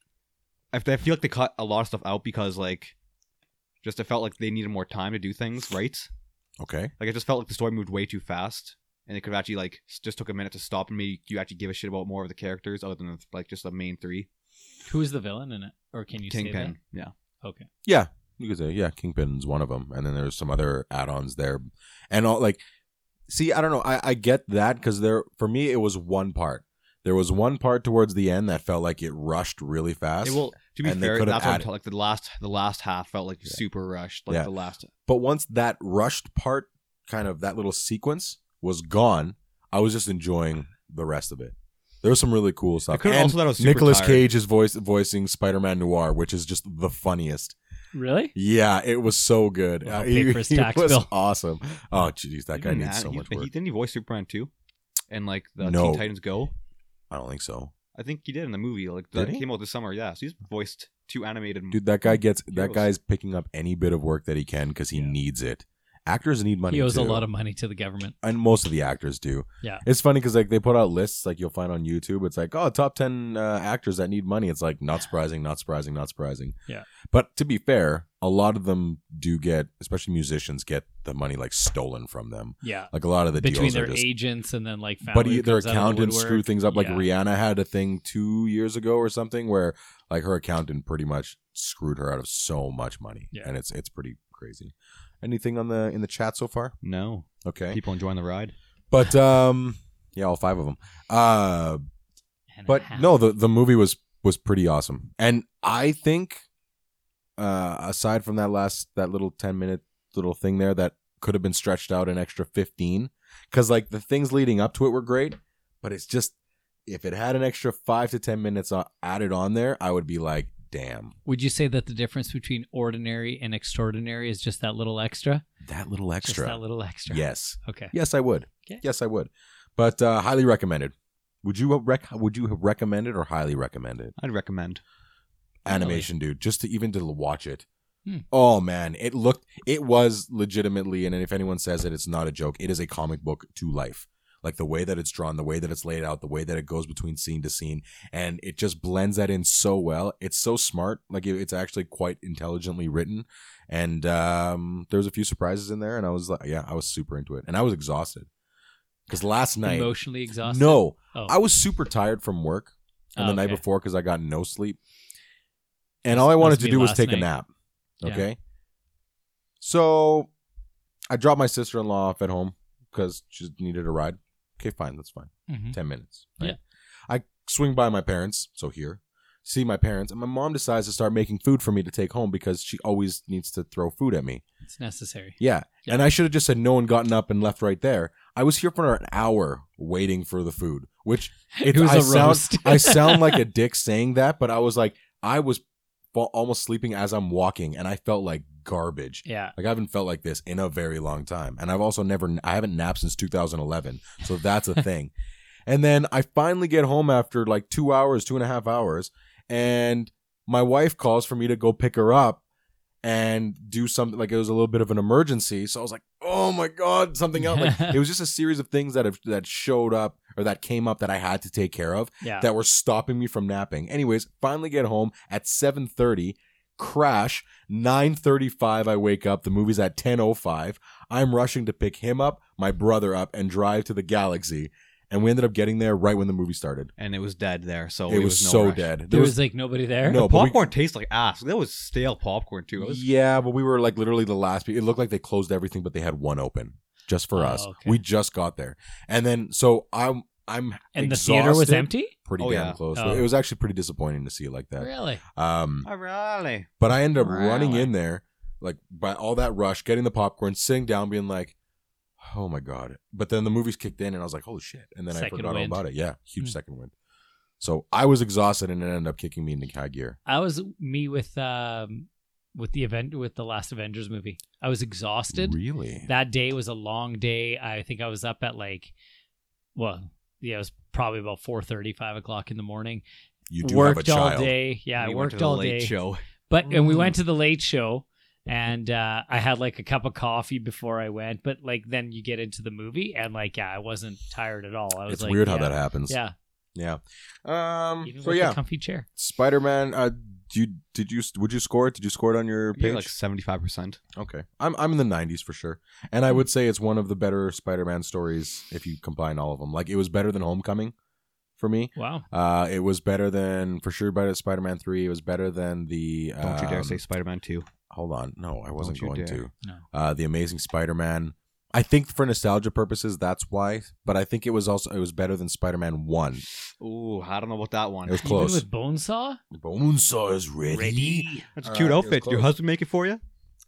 [SPEAKER 2] I f- I feel like they cut a lot of stuff out because like just it felt like they needed more time to do things right.
[SPEAKER 3] Okay.
[SPEAKER 2] Like it just felt like the story moved way too fast, and it could have actually like s- just took a minute to stop and make you actually give a shit about more of the characters other than like just the main three.
[SPEAKER 1] Who is the villain in it? Or can you say
[SPEAKER 2] Kingpin, yeah.
[SPEAKER 1] that? Okay.
[SPEAKER 3] You could say, uh, yeah, Kingpin's one of them. And then there's some other add ons there. And all like, see, I don't know. I, I get that because there, for me, it was one part. There was one part towards the end that felt like it rushed really fast.
[SPEAKER 2] It will. To be
[SPEAKER 3] And they
[SPEAKER 2] fair,
[SPEAKER 3] could've
[SPEAKER 2] that's what I'm
[SPEAKER 3] added-
[SPEAKER 2] talking. Like the last, the last half felt like
[SPEAKER 3] Yeah.
[SPEAKER 2] super rushed. Like
[SPEAKER 3] Yeah.
[SPEAKER 2] the last.
[SPEAKER 3] But once that rushed part, kind of that little sequence was gone, I was just enjoying the rest of it. There was some really cool
[SPEAKER 2] I
[SPEAKER 3] stuff.
[SPEAKER 2] could
[SPEAKER 3] And
[SPEAKER 2] also that I was super
[SPEAKER 3] Nicolas
[SPEAKER 2] tired.
[SPEAKER 3] Cage is voice voicing Spider-Man Noir, which is just the funniest.
[SPEAKER 1] Really?
[SPEAKER 3] Yeah, it was so good.
[SPEAKER 1] Well, pay for his tax
[SPEAKER 3] was
[SPEAKER 1] bill.
[SPEAKER 3] awesome. Oh, jeez, that
[SPEAKER 2] He
[SPEAKER 3] guy
[SPEAKER 2] didn't
[SPEAKER 3] needs
[SPEAKER 2] add-
[SPEAKER 3] so
[SPEAKER 2] he,
[SPEAKER 3] much
[SPEAKER 2] but
[SPEAKER 3] work.
[SPEAKER 2] He, didn't he voice Superman too? And like the
[SPEAKER 3] No.
[SPEAKER 2] Teen Titans Go,
[SPEAKER 3] I don't think so,
[SPEAKER 2] I think he did in the movie. Like
[SPEAKER 3] Did
[SPEAKER 2] that
[SPEAKER 3] he?
[SPEAKER 2] came out this summer. Yeah, so he's voiced two animated.
[SPEAKER 3] dude. That guy gets that
[SPEAKER 2] Heroes.
[SPEAKER 3] guy's picking up any bit of work that he can because he
[SPEAKER 1] Yeah.
[SPEAKER 3] needs it. Actors need money.
[SPEAKER 1] he owes
[SPEAKER 3] too.
[SPEAKER 1] a lot of money to the government.
[SPEAKER 3] and most of the actors do.
[SPEAKER 1] Yeah.
[SPEAKER 3] it's funny because like they put out lists like you'll find on YouTube. It's like oh, top ten uh, actors that need money. It's like not surprising, not surprising, not surprising.
[SPEAKER 1] Yeah.
[SPEAKER 3] but to be fair, a lot of them do get, especially musicians, get the money like stolen from them.
[SPEAKER 1] Yeah.
[SPEAKER 3] Like a lot of the
[SPEAKER 1] Between
[SPEAKER 3] deals
[SPEAKER 1] their
[SPEAKER 3] are just.
[SPEAKER 1] agents and then like
[SPEAKER 3] But e,
[SPEAKER 1] family who
[SPEAKER 3] their
[SPEAKER 1] comes out of the
[SPEAKER 3] accountants screw
[SPEAKER 1] woodwork.
[SPEAKER 3] things up. Like
[SPEAKER 1] Yeah.
[SPEAKER 3] Rihanna had a thing two years ago or something where like her accountant pretty much screwed her out of so much money,
[SPEAKER 1] Yeah.
[SPEAKER 3] and it's it's pretty crazy. Anything on the in the chat so far?
[SPEAKER 2] No,
[SPEAKER 3] Okay,
[SPEAKER 2] people enjoying the ride.
[SPEAKER 3] but um, yeah, all five of them. Uh,
[SPEAKER 1] And a
[SPEAKER 3] but
[SPEAKER 1] half.
[SPEAKER 3] no, the the movie was was pretty awesome, and I think, uh, aside from that last that little ten minute little thing there that could have been stretched out an extra fifteen, because like the things leading up to it were great, but it's just if it had an extra five to ten minutes uh, added on there, I would be like, damn,
[SPEAKER 1] Would you say that the difference between ordinary and extraordinary is just that little extra?
[SPEAKER 3] that little extra.
[SPEAKER 1] Just that little extra.
[SPEAKER 3] Yes,
[SPEAKER 1] Okay.
[SPEAKER 3] yes, I would.
[SPEAKER 1] Okay.
[SPEAKER 3] Yes, I would. But uh, highly recommended. Would you rec- would you recommend it or highly recommend it?
[SPEAKER 2] I'd recommend.
[SPEAKER 3] animation, dude, just to even to watch it.
[SPEAKER 1] Hmm.
[SPEAKER 3] Oh man, it looked it was legitimately, and if anyone says it, it's not a joke. It is a comic book to life. Like the way that it's drawn, the way that it's laid out, the way that it goes between scene to scene, and it just blends that in so well. It's so smart. Like it, it's actually quite intelligently written. And um, there was a few surprises in there, and I was like, yeah, I was super into it, and I was exhausted because last night,
[SPEAKER 1] Emotionally exhausted.
[SPEAKER 3] no,
[SPEAKER 1] Oh.
[SPEAKER 3] I was super tired from work and
[SPEAKER 1] Oh,
[SPEAKER 3] the night
[SPEAKER 1] okay.
[SPEAKER 3] before because I got no sleep. And
[SPEAKER 1] That's-
[SPEAKER 3] all I
[SPEAKER 1] that
[SPEAKER 3] wanted
[SPEAKER 1] was
[SPEAKER 3] to
[SPEAKER 1] me
[SPEAKER 3] do was
[SPEAKER 1] last
[SPEAKER 3] take a
[SPEAKER 1] night.
[SPEAKER 3] nap.
[SPEAKER 1] Yeah.
[SPEAKER 3] Okay. So I dropped my sister in law off at home because she needed a ride. Okay, fine. That's fine.
[SPEAKER 1] Mhm.
[SPEAKER 3] 10 minutes. right?
[SPEAKER 1] Yeah.
[SPEAKER 3] I swing by my parents, so here, see my parents, and my mom decides to start making food for me to take home because she always needs to throw food at me.
[SPEAKER 1] It's necessary.
[SPEAKER 3] Yeah.
[SPEAKER 1] Yeah.
[SPEAKER 3] And I should have just said no and gotten up and left right there. I was here for an hour waiting for the food, which
[SPEAKER 1] It
[SPEAKER 3] it's-
[SPEAKER 1] was
[SPEAKER 3] I
[SPEAKER 1] a
[SPEAKER 3] sound,
[SPEAKER 1] roast.
[SPEAKER 3] I sound like a dick saying that, but I was like, I was fa- almost sleeping as I'm walking, and I felt like garbage.
[SPEAKER 1] Yeah.
[SPEAKER 3] Like I haven't felt like this in a very long time, and I've also never I haven't napped since 2011, so that's a thing. and then I finally get home after like two hours, two and a half hours, and my wife calls for me to go pick her up and do something. Like it was a little bit of an emergency, so I was like, oh my god, something else. Like it was just a series of things that have that showed up or that came up that I had to take care of
[SPEAKER 1] Yeah.
[SPEAKER 3] that were stopping me from napping. Anyways, finally get home at 7:30, crash, 9:35 I wake up, the movie's at 10:05. I'm rushing to pick him up, my brother up and drive to the galaxy. And we ended up getting there right when the movie started.
[SPEAKER 2] and it was dead there. So
[SPEAKER 3] it,
[SPEAKER 2] it
[SPEAKER 3] was,
[SPEAKER 2] no
[SPEAKER 3] so
[SPEAKER 2] rush.
[SPEAKER 3] dead.
[SPEAKER 1] there Oh, was, like nobody there.
[SPEAKER 3] No,
[SPEAKER 2] the
[SPEAKER 3] but we-
[SPEAKER 2] popcorn tastes like ass. That was stale popcorn too. It was
[SPEAKER 3] yeah, but we were like literally the last. pe- It looked like they closed everything, but they had one open just for
[SPEAKER 1] Oh,
[SPEAKER 3] us.
[SPEAKER 1] okay.
[SPEAKER 3] We just got there, and then so I'm I'm
[SPEAKER 1] And the theater was
[SPEAKER 3] exhausted.
[SPEAKER 1] empty?
[SPEAKER 3] Pretty
[SPEAKER 2] Oh,
[SPEAKER 3] damn
[SPEAKER 2] yeah.
[SPEAKER 3] close.
[SPEAKER 1] Oh.
[SPEAKER 3] It was actually pretty disappointing to see it like that.
[SPEAKER 1] Really?
[SPEAKER 3] Um,
[SPEAKER 2] Oh, really?
[SPEAKER 3] But I ended up running
[SPEAKER 2] Really?
[SPEAKER 3] in there, like by all that rush, getting the popcorn, sitting down, being like, "Oh my god!" But then the movies kicked in, and I was like, "Holy shit!" And then I
[SPEAKER 1] Second
[SPEAKER 3] forgot
[SPEAKER 1] wind.
[SPEAKER 3] all about it. Yeah, huge
[SPEAKER 1] Hmm.
[SPEAKER 3] second wind. So I was exhausted, and it ended up kicking me into high gear.
[SPEAKER 1] I was me with um with the event with the last Avengers movie. I was exhausted.
[SPEAKER 3] Really?
[SPEAKER 1] That day was a long day. I think I was up at like well, yeah, it was probably about 4:30, 5 o'clock in the morning.
[SPEAKER 3] You do
[SPEAKER 1] worked
[SPEAKER 3] have a child.
[SPEAKER 1] all day. Yeah,
[SPEAKER 2] We
[SPEAKER 1] I
[SPEAKER 2] went to
[SPEAKER 1] worked
[SPEAKER 2] the
[SPEAKER 1] all
[SPEAKER 2] late
[SPEAKER 1] day.
[SPEAKER 2] Show.
[SPEAKER 1] But and we
[SPEAKER 3] Mm.
[SPEAKER 1] went to the late show and uh I had like a cup of coffee before I went, but like then you get into the movie and like yeah, I wasn't tired at all. I was
[SPEAKER 3] It's
[SPEAKER 1] like
[SPEAKER 3] weird how
[SPEAKER 1] yeah,
[SPEAKER 3] that happens.
[SPEAKER 1] Yeah.
[SPEAKER 3] Yeah.
[SPEAKER 2] Mm.
[SPEAKER 3] Um.
[SPEAKER 1] Even
[SPEAKER 3] so
[SPEAKER 1] with
[SPEAKER 3] yeah,
[SPEAKER 1] a comfy chair.
[SPEAKER 3] Spider Man. Uh, do you did you would you score it? Did you score it on your
[SPEAKER 2] You're
[SPEAKER 3] page?
[SPEAKER 2] like seventy five percent.
[SPEAKER 3] okay, I'm I'm in the 90s for sure, and
[SPEAKER 2] Hmm.
[SPEAKER 3] I would say it's one of the better Spider Man stories if you combine all of them. Like it was better than Homecoming for me.
[SPEAKER 1] Wow.
[SPEAKER 3] Uh, it was better than for sure better than Spider Man Three. It was better than the.
[SPEAKER 2] Don't you dare
[SPEAKER 3] um,
[SPEAKER 2] say Spider Man two.
[SPEAKER 3] Hold on, no, I wasn't
[SPEAKER 2] you
[SPEAKER 3] going
[SPEAKER 2] dare.
[SPEAKER 3] to.
[SPEAKER 1] No.
[SPEAKER 3] Uh, the Amazing Spider Man. I think for nostalgia purposes, that's why. But I think it was also it was better than Spider Man One.
[SPEAKER 2] Ooh, I don't know about that one.
[SPEAKER 3] It was close.
[SPEAKER 1] Even with Bonesaw?
[SPEAKER 3] Bonesaw is ready.
[SPEAKER 2] That's a
[SPEAKER 3] Uh,
[SPEAKER 2] cute
[SPEAKER 3] it was
[SPEAKER 2] outfit. Did Your
[SPEAKER 3] close.
[SPEAKER 2] husband make it for you?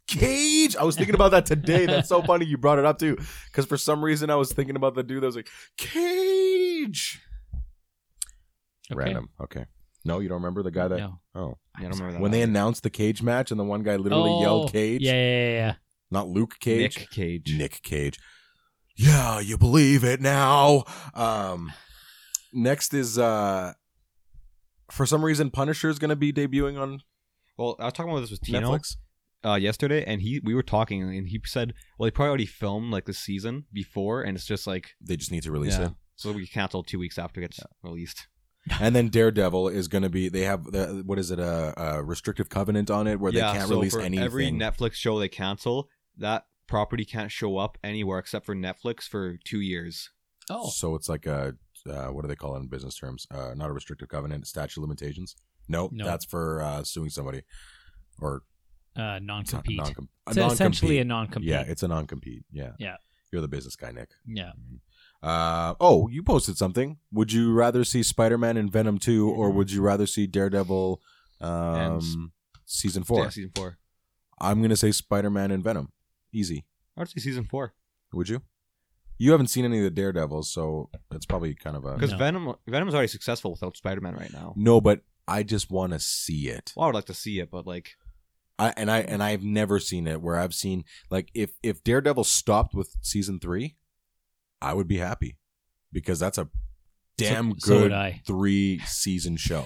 [SPEAKER 3] Cage. I was thinking about that today. That's so funny you brought it up too, because for some reason I was thinking about the dude that was like Cage.
[SPEAKER 1] Okay.
[SPEAKER 3] Random. Okay. No, you don't remember the guy that.
[SPEAKER 1] No.
[SPEAKER 3] Oh,
[SPEAKER 2] Yeah, I don't remember that.
[SPEAKER 3] when they announced the cage match and the one guy literally
[SPEAKER 1] Oh,
[SPEAKER 3] yelled Cage,
[SPEAKER 1] Yeah, yeah, yeah, yeah.
[SPEAKER 3] not Luke Cage.
[SPEAKER 2] Nick Cage.
[SPEAKER 3] Nick Cage. Yeah, you believe it now. Um, next is uh, for some reason Punisher is going to be debuting on
[SPEAKER 2] Well, I was talking about this with Tino
[SPEAKER 3] Netflix.
[SPEAKER 2] uh, yesterday, and he we were talking, and he said, "Well, they probably already filmed like the season before, and it's just like
[SPEAKER 3] They just need to release
[SPEAKER 2] yeah.
[SPEAKER 3] it.
[SPEAKER 2] So we canceled two weeks after it gets released.
[SPEAKER 3] And then Daredevil is going to be. They have the, what is it a, a restrictive covenant on it where they
[SPEAKER 2] Yeah,
[SPEAKER 3] can't
[SPEAKER 2] so
[SPEAKER 3] release
[SPEAKER 2] for
[SPEAKER 3] anything.
[SPEAKER 2] Every Netflix show they cancel, that property can't show up anywhere except for Netflix for two years.
[SPEAKER 1] Oh.
[SPEAKER 3] So it's like a uh, what do they call it in business terms? Uh, not a restrictive covenant, statute of limitations. No,
[SPEAKER 1] No.
[SPEAKER 3] that's for uh, suing somebody or
[SPEAKER 1] Uh, non compete.
[SPEAKER 3] Non compete.
[SPEAKER 1] It's essentially a non compete.
[SPEAKER 3] Yeah, it's a non compete. Yeah.
[SPEAKER 1] Yeah.
[SPEAKER 3] You're the business guy, Nick.
[SPEAKER 1] yeah.
[SPEAKER 3] Uh, oh, you posted something. Would you rather see Spider Man and Venom 2 or would you rather see Daredevil
[SPEAKER 2] And s-
[SPEAKER 3] um, season 4?
[SPEAKER 2] Yeah, season four.
[SPEAKER 3] I'm going to say Spider Man and Venom. Easy.
[SPEAKER 2] I would say season four
[SPEAKER 3] Would you? You haven't seen any of the Daredevils, so it's probably kind of a.
[SPEAKER 2] because
[SPEAKER 1] No.
[SPEAKER 2] Venom Venom is already successful without Spider Man right now.
[SPEAKER 3] No, but I just want to see it.
[SPEAKER 2] Well, I would like to see it, but like
[SPEAKER 3] I, and I and I've never seen it where I've seen like if if Daredevil stopped with season three, I would be happy because that's a damn
[SPEAKER 1] So, so
[SPEAKER 3] good
[SPEAKER 1] would I.
[SPEAKER 3] three season show.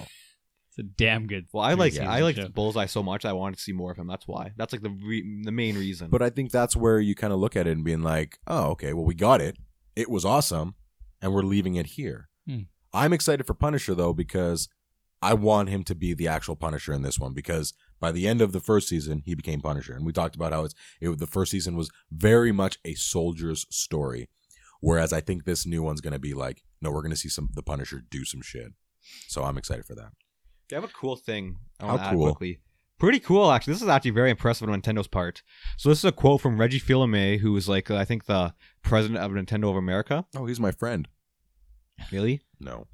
[SPEAKER 1] It's a damn good.
[SPEAKER 2] Well, I like
[SPEAKER 1] three-season
[SPEAKER 2] I like
[SPEAKER 1] show.
[SPEAKER 2] Bullseye so much. I wanted to see more of him. That's why. That's like the re- the main reason.
[SPEAKER 3] But I think that's where you kind of look at it and being like, oh, okay, well we got it. It was awesome, and we're leaving it here.
[SPEAKER 1] Hmm.
[SPEAKER 3] I'm excited for Punisher though because I want him to be the actual Punisher in this one because by the end of the first season he became Punisher, and we talked about how it's it, the first season was very much a soldier's story, whereas I think this new one's going to be like, no, we're going to see some the Punisher do some shit. So I'm excited for that.
[SPEAKER 2] they have a cool thing. I
[SPEAKER 3] How
[SPEAKER 2] want to add
[SPEAKER 3] cool.
[SPEAKER 2] quickly. Pretty cool, actually. This is actually very impressive on Nintendo's part. So this is a quote from Reggie Fils-Aimé, who is like I think the president of Nintendo of America.
[SPEAKER 3] Oh, he's my friend.
[SPEAKER 2] Really?
[SPEAKER 3] No.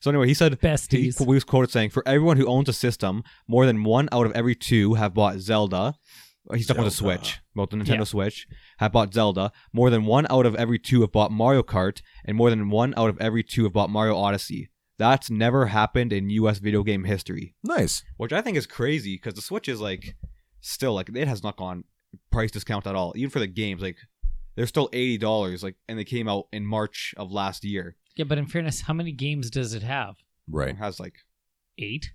[SPEAKER 2] So anyway, he said he,
[SPEAKER 1] besties.
[SPEAKER 2] he was quoted saying, "For everyone who owns a system, more than one out of every two have bought Zelda." He's talking about the
[SPEAKER 3] Zelda.
[SPEAKER 2] Switch, about the Nintendo
[SPEAKER 1] Yeah.
[SPEAKER 2] Switch, have bought Zelda. More than one out of every two have bought Mario Kart, and more than one out of every two have bought Mario Odyssey. That's never happened in U.S. video game history,
[SPEAKER 3] Nice.
[SPEAKER 2] which I think is crazy because the Switch is like still like it has not gone price discount at all, even for the games. Like they're still eighty dollars, like and they came out in March of last year.
[SPEAKER 1] Yeah, but in fairness, how many games does it have?
[SPEAKER 3] Right.
[SPEAKER 2] It has like
[SPEAKER 1] Eight.